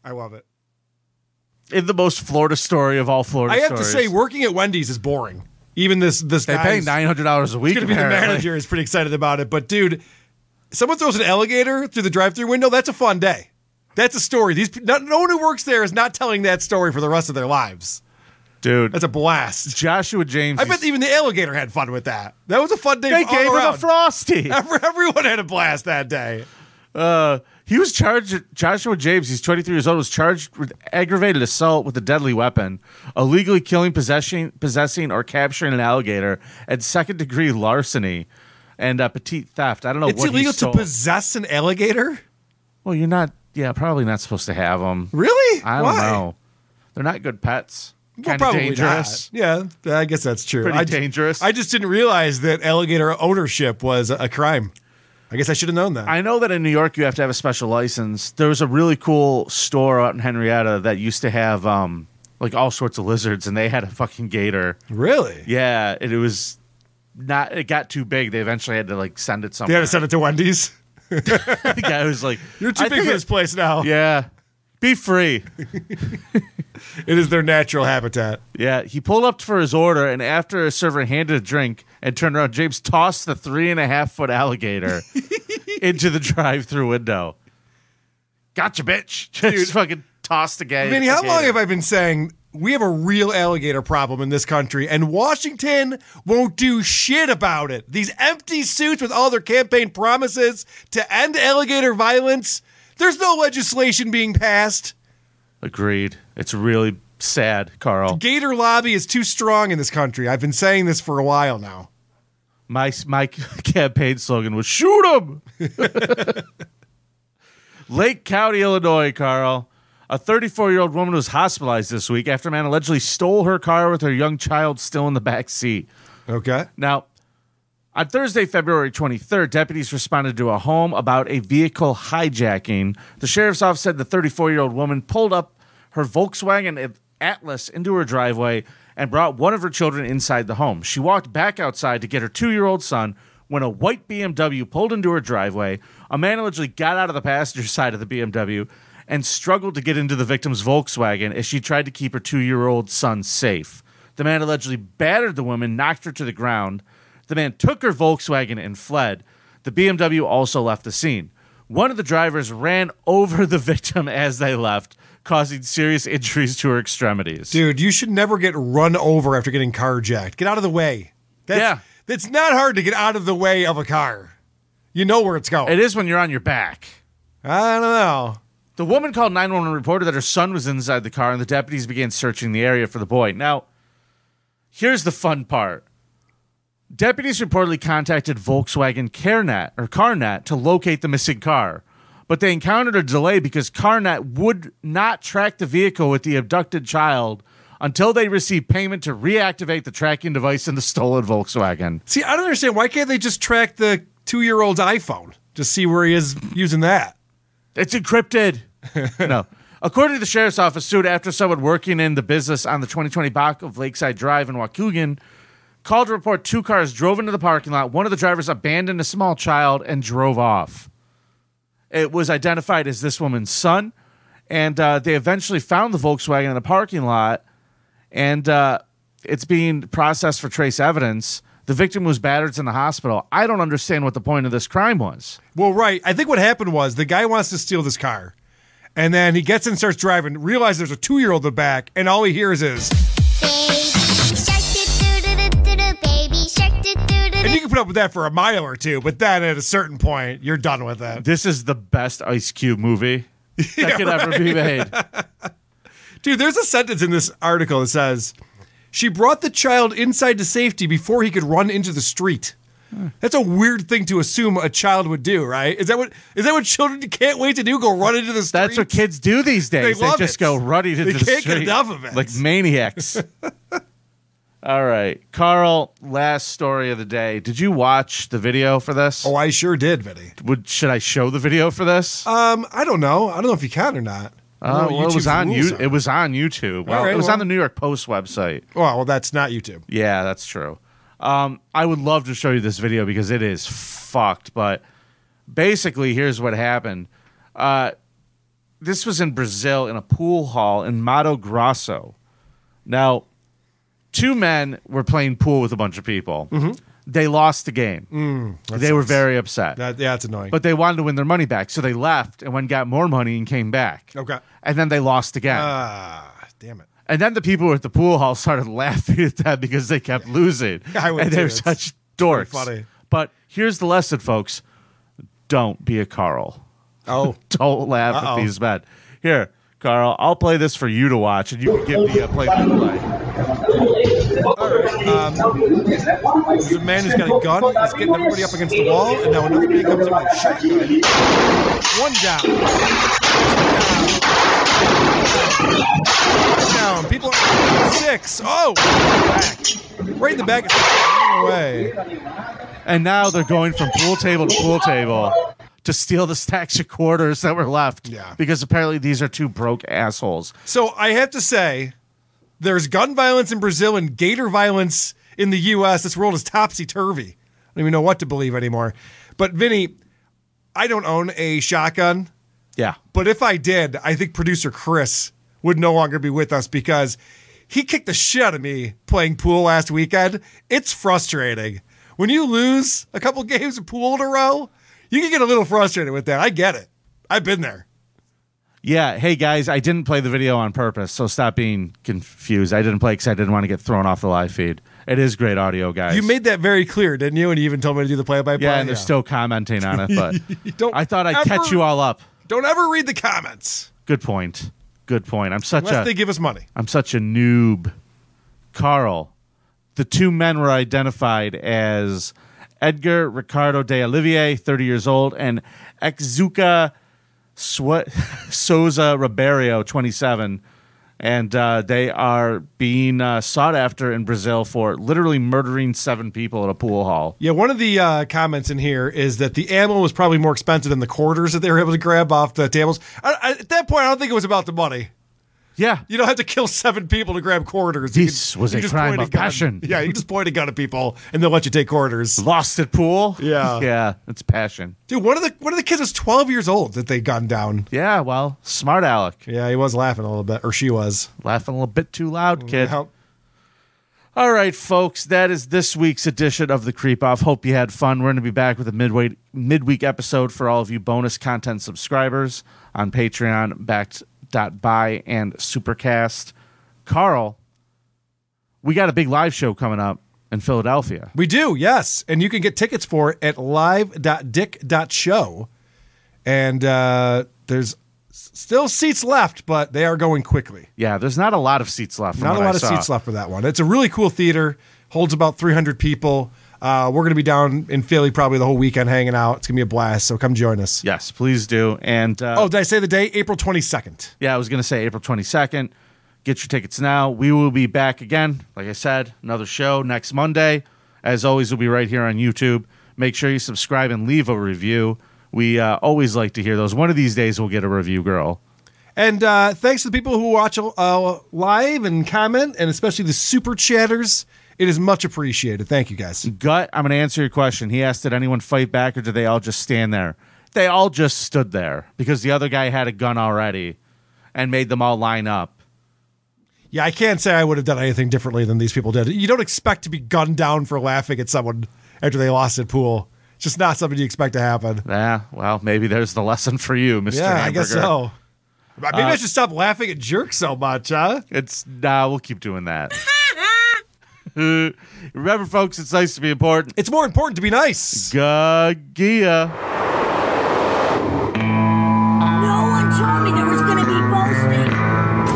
Speaker 8: I love it.
Speaker 5: In the most Florida story of all Florida
Speaker 8: I have
Speaker 5: stories.
Speaker 8: to say, working at Wendy's is boring. Even this this
Speaker 5: They pay
Speaker 8: guy's-
Speaker 5: $900 a week,
Speaker 8: It's gonna be the
Speaker 5: apparently.
Speaker 8: manager is pretty excited about it, but dude, someone throws an alligator through the drive-through window. That's a fun day. That's a story. These no, no one who works there is not telling that story for the rest of their lives.
Speaker 5: Dude.
Speaker 8: That's a blast.
Speaker 5: Joshua James.
Speaker 8: I bet even the alligator had fun with that. That was a fun day.
Speaker 5: They
Speaker 8: all
Speaker 5: gave him a
Speaker 8: around.
Speaker 5: Frosty.
Speaker 8: Every- Everyone had a blast that day.
Speaker 5: Uh, he was charged. Joshua James, he's 23 years old, was charged with aggravated assault with a deadly weapon, illegally killing, possessing, possessing or capturing an alligator, and second degree larceny and uh, petite theft. I don't know.
Speaker 8: it's
Speaker 5: what he
Speaker 8: illegal to
Speaker 5: stole.
Speaker 8: possess an alligator.
Speaker 5: Well, you're not. Yeah, probably not supposed to have them.
Speaker 8: Really?
Speaker 5: I don't
Speaker 8: Why?
Speaker 5: know. They're not good pets.
Speaker 8: Well,
Speaker 5: Kind of
Speaker 8: probably
Speaker 5: dangerous.
Speaker 8: not. Yeah, I guess that's true.
Speaker 5: Pretty
Speaker 8: I,
Speaker 5: dangerous.
Speaker 8: I just didn't realize that alligator ownership was a- a crime. I guess I should have known that.
Speaker 5: I know that in New York you have to have a special license. There was a really cool store out in Henrietta that used to have um like all sorts of lizards and they had a fucking gator.
Speaker 8: Really?
Speaker 5: Yeah, and it was not it got too big. They eventually had to like send it
Speaker 8: They
Speaker 5: somewhere.
Speaker 8: had to send it to Wendy's.
Speaker 5: the guy was like
Speaker 8: You're too
Speaker 5: "I
Speaker 8: big
Speaker 5: think
Speaker 8: for
Speaker 5: it-
Speaker 8: this place now.
Speaker 5: Yeah. Be free.
Speaker 8: It is their natural habitat.
Speaker 5: Yeah, he pulled up for his order, and after a server handed a drink and turned around, James tossed the three and a half foot alligator into the drive-through window. Gotcha, bitch! Just fucking tossed the guy.
Speaker 8: Vinny, how long have I been saying we have a real alligator problem in this country and Washington won't do shit about it? These empty suits with all their campaign promises to end alligator violence. There's no legislation being passed.
Speaker 5: Agreed. It's really sad, Carl.
Speaker 8: Gator lobby is too strong in this country. I've been saying this for a while now.
Speaker 5: My my campaign slogan was "Shoot 'em." Lake County, Illinois, Carl. A 34 year old woman was hospitalized this week after a man allegedly stole her car with her young child still in the back seat.
Speaker 8: Okay.
Speaker 5: Now, on Thursday, February 23rd, deputies responded to a home about a vehicle hijacking. The sheriff's office said the 34 year old woman pulled up her Volkswagen Atlas into her driveway and brought one of her children inside the home. She walked back outside to get her two year old son when a white BMW pulled into her driveway. A man allegedly got out of the passenger side of the BMW and struggled to get into the victim's Volkswagen as she tried to keep her two year old son safe. The man allegedly battered the woman, knocked her to the ground. The man took her Volkswagen and fled. The BMW also left the scene. One of the drivers ran over the victim as they left, causing serious injuries to her extremities.
Speaker 8: Dude, you should never get run over after getting carjacked. Get out of the way. That's,
Speaker 5: Yeah.
Speaker 8: It's not hard to get out of the way of a car. You know where it's going.
Speaker 5: It is when you're on your back.
Speaker 8: I don't know.
Speaker 5: The woman called 911 reported that her son was inside the car, and the deputies began searching the area for the boy. Now, here's the fun part. Deputies reportedly contacted Volkswagen CareNet or CarNet to locate the missing car, but they encountered a delay because CarNet would not track the vehicle with the abducted child until they received payment to reactivate the tracking device in the stolen Volkswagen.
Speaker 8: See, I don't understand. Why can't they just track the two year old's iPhone? Just see where he is using that.
Speaker 5: It's encrypted. no. According to the sheriff's office, suit after someone working in the business on the 2020 block of Lakeside Drive in Waukegan called to report two cars drove into the parking lot. One of the drivers abandoned a small child and drove off. It was identified as this woman's son, and uh, they eventually found the Volkswagen in the parking lot, and uh, it's being processed for trace evidence. The victim was battered in the hospital. I don't understand what the point of this crime was.
Speaker 8: Well, right. I think what happened was the guy wants to steal this car. And then he gets in and starts driving, realizes there's a two year old in the back, and all he hears is. And you can put up with that for a mile or two, but then at a certain point, you're done with it.
Speaker 5: This is the best Ice Cube movie that could ever be made.
Speaker 8: Dude, there's a sentence in this article that says, She brought the child inside to safety before he could run into the street. That's a weird thing to assume a child would do, right? Is that what is that what children can't wait to do? Go run into the street. That's what
Speaker 5: kids do these days. They,
Speaker 8: They, love
Speaker 5: just
Speaker 8: it.
Speaker 5: go running into
Speaker 8: They
Speaker 5: the
Speaker 8: can't get
Speaker 5: street
Speaker 8: enough of it.
Speaker 5: like maniacs. All right, Carl. Last story of the day. Did you watch the video for this? Oh,
Speaker 8: I sure did, Vinny.
Speaker 5: Would should I show the video for this?
Speaker 8: Um, I don't know. I don't know if you can or not.
Speaker 5: Uh, well, it was on you.
Speaker 8: you.
Speaker 5: It was on YouTube. Well,
Speaker 8: All right,
Speaker 5: it was
Speaker 8: well-
Speaker 5: on the New York Post website.
Speaker 8: Well, well, that's not YouTube.
Speaker 5: Yeah, that's true. Um, I would love to show you this video because it is fucked. But basically, here's what happened. Uh, this was in Brazil in a pool hall in Mato Grosso. Now, two men were playing pool with a bunch of people.
Speaker 8: Mhm.
Speaker 5: They lost the game.
Speaker 8: Mm, that
Speaker 5: they were
Speaker 8: sucks.
Speaker 5: very upset.
Speaker 8: That, yeah, it's annoying.
Speaker 5: But they wanted to win their money back, so they left and went and got more money and came back.
Speaker 8: okay.
Speaker 5: And then they lost again.
Speaker 8: Ah, damn it.
Speaker 5: And then the people at the pool hall started laughing at them because they kept losing.
Speaker 8: I would
Speaker 5: and they
Speaker 8: too.
Speaker 5: were
Speaker 8: It's
Speaker 5: such
Speaker 8: pretty
Speaker 5: dorks.
Speaker 8: funny.
Speaker 5: But here's the lesson, folks. Don't be a Carl.
Speaker 8: Oh.
Speaker 5: Don't laugh
Speaker 8: Uh-oh.
Speaker 5: at these men. Here, Carl, I'll play this for you to watch, and you can give the uh, play by play.
Speaker 8: There's a man who's got a gun. He's getting everybody up against the wall, and now another man comes in with a shotgun. One down. One down. One down. People are six. Oh, back. right in the back. Running away.
Speaker 5: And now they're going from pool table to pool table to steal the stacks of quarters that were left. Yeah. Because apparently these are two broke assholes.
Speaker 8: So I have to say, there's gun violence in Brazil and gator violence in the U.S. This world is topsy turvy. I don't even know what to believe anymore. But Vinny, I don't own a shotgun.
Speaker 5: Yeah.
Speaker 8: But if I did, I think producer Chris would no longer be with us because he kicked the shit out of me playing pool last weekend. It's frustrating. When you lose a couple games of pool in a row, you can get a little frustrated with that. I get it. I've been there.
Speaker 5: Yeah. Hey, guys, I didn't play the video on purpose, so stop being confused. I didn't play because I didn't want to get thrown off the live feed. It is great audio, guys.
Speaker 8: You made that very clear, didn't you? And you even told me to do the play by play.
Speaker 5: yeah, and they're still commenting on it, but
Speaker 8: Don't
Speaker 5: I thought I'd
Speaker 8: ever-
Speaker 5: catch you all up.
Speaker 8: Don't ever read the comments
Speaker 5: Good point. Good point. I'm such
Speaker 8: unless
Speaker 5: a
Speaker 8: they give us money.
Speaker 5: am such a noob. Carl, the two men were identified as Edgar Ricardo de Olivier, 30 years old, and Exuka Swa- Souza Ribeiro, 27. And uh, they are being uh, sought after in Brazil for literally murdering seven people at a pool hall.
Speaker 8: Yeah, one of the uh, comments in here is that the ammo was probably more expensive than the quarters that they were able to grab off the tables. I, I, at that point, I don't think it was about the money.
Speaker 5: Yeah,
Speaker 8: you don't have to kill seven people to grab quarters.
Speaker 5: This was a
Speaker 8: just
Speaker 5: crime
Speaker 8: point
Speaker 5: of
Speaker 8: gun.
Speaker 5: passion.
Speaker 8: Yeah, you just point a gun at people and they'll let you take quarters.
Speaker 5: Lost at pool.
Speaker 8: Yeah,
Speaker 5: Yeah, it's passion.
Speaker 8: Dude, one of the one of the kids was 12 years old that they gunned down.
Speaker 5: Yeah, well, smart Alec.
Speaker 8: Yeah, he was laughing a little bit, or she was
Speaker 5: laughing a little bit too loud, kid.
Speaker 8: Yeah.
Speaker 5: All right, folks, that is this week's edition of the Creep Off. Hope you had fun. We're going to be back with a midway, midweek episode for all of you bonus content subscribers on Patreon, backed.by, and Supercast. Carl, we got a big live show coming up in Philadelphia.
Speaker 8: We do, yes. And you can get tickets for it at live.dick.show. And uh, there's s- still seats left, but they are going quickly.
Speaker 5: Yeah, there's not a lot of seats left. from
Speaker 8: Not a
Speaker 5: what I
Speaker 8: lot of
Speaker 5: saw.
Speaker 8: seats left for that one. It's a really cool theater, holds about 300 people. Uh, we're going to be down in Philly probably the whole weekend hanging out. It's going to be a blast. So come join us.
Speaker 5: Yes, please do. And uh,
Speaker 8: oh, did I say the day? April 22nd.
Speaker 5: Yeah, I was going to say April 22nd. Get your tickets now. We will be back again. Like I said, another show next Monday. As always, we'll be right here on YouTube. Make sure you subscribe and leave a review. We uh, always like to hear those. One of these days, we'll get a review, girl.
Speaker 8: And uh, thanks to the people who watch uh, live and comment, and especially the super chatters. It is much appreciated. Thank you, guys.
Speaker 5: Gut, I'm going to answer your question. He asked, did anyone fight back or did they all just stand there? They all just stood there because the other guy had a gun already and made them all line up.
Speaker 8: Yeah, I can't say I would have done anything differently than these people did. You don't expect to be gunned down for laughing at someone after they lost at pool. It's just not something you expect to happen.
Speaker 5: Yeah, well, maybe there's the lesson for you, Mr.
Speaker 8: yeah, I guess
Speaker 5: Hamburger.
Speaker 8: so. Maybe I
Speaker 5: Uh,
Speaker 8: should stop laughing at jerks so much, huh?
Speaker 5: It's nah, we'll keep doing that. Remember, folks, it's nice to be important.
Speaker 8: It's more important to be nice.
Speaker 5: Gagia.
Speaker 1: No one told me there was gonna be boasting.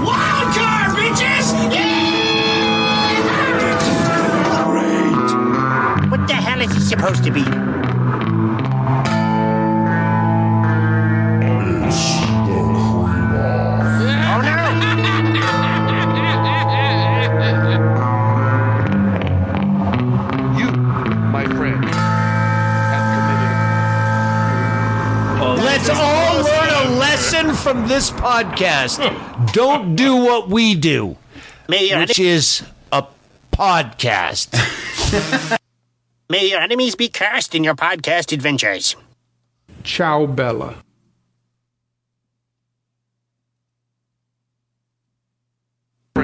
Speaker 1: Wild card, bitches! Yeah!
Speaker 7: What the hell is he supposed
Speaker 10: to be.
Speaker 1: Oh no!
Speaker 11: You, my friend, have
Speaker 10: Let's all learn a lesson from this podcast. Don't do what we do, which is a podcast.
Speaker 24: May your enemies be cursed in your podcast adventures.
Speaker 23: Ciao, Bella.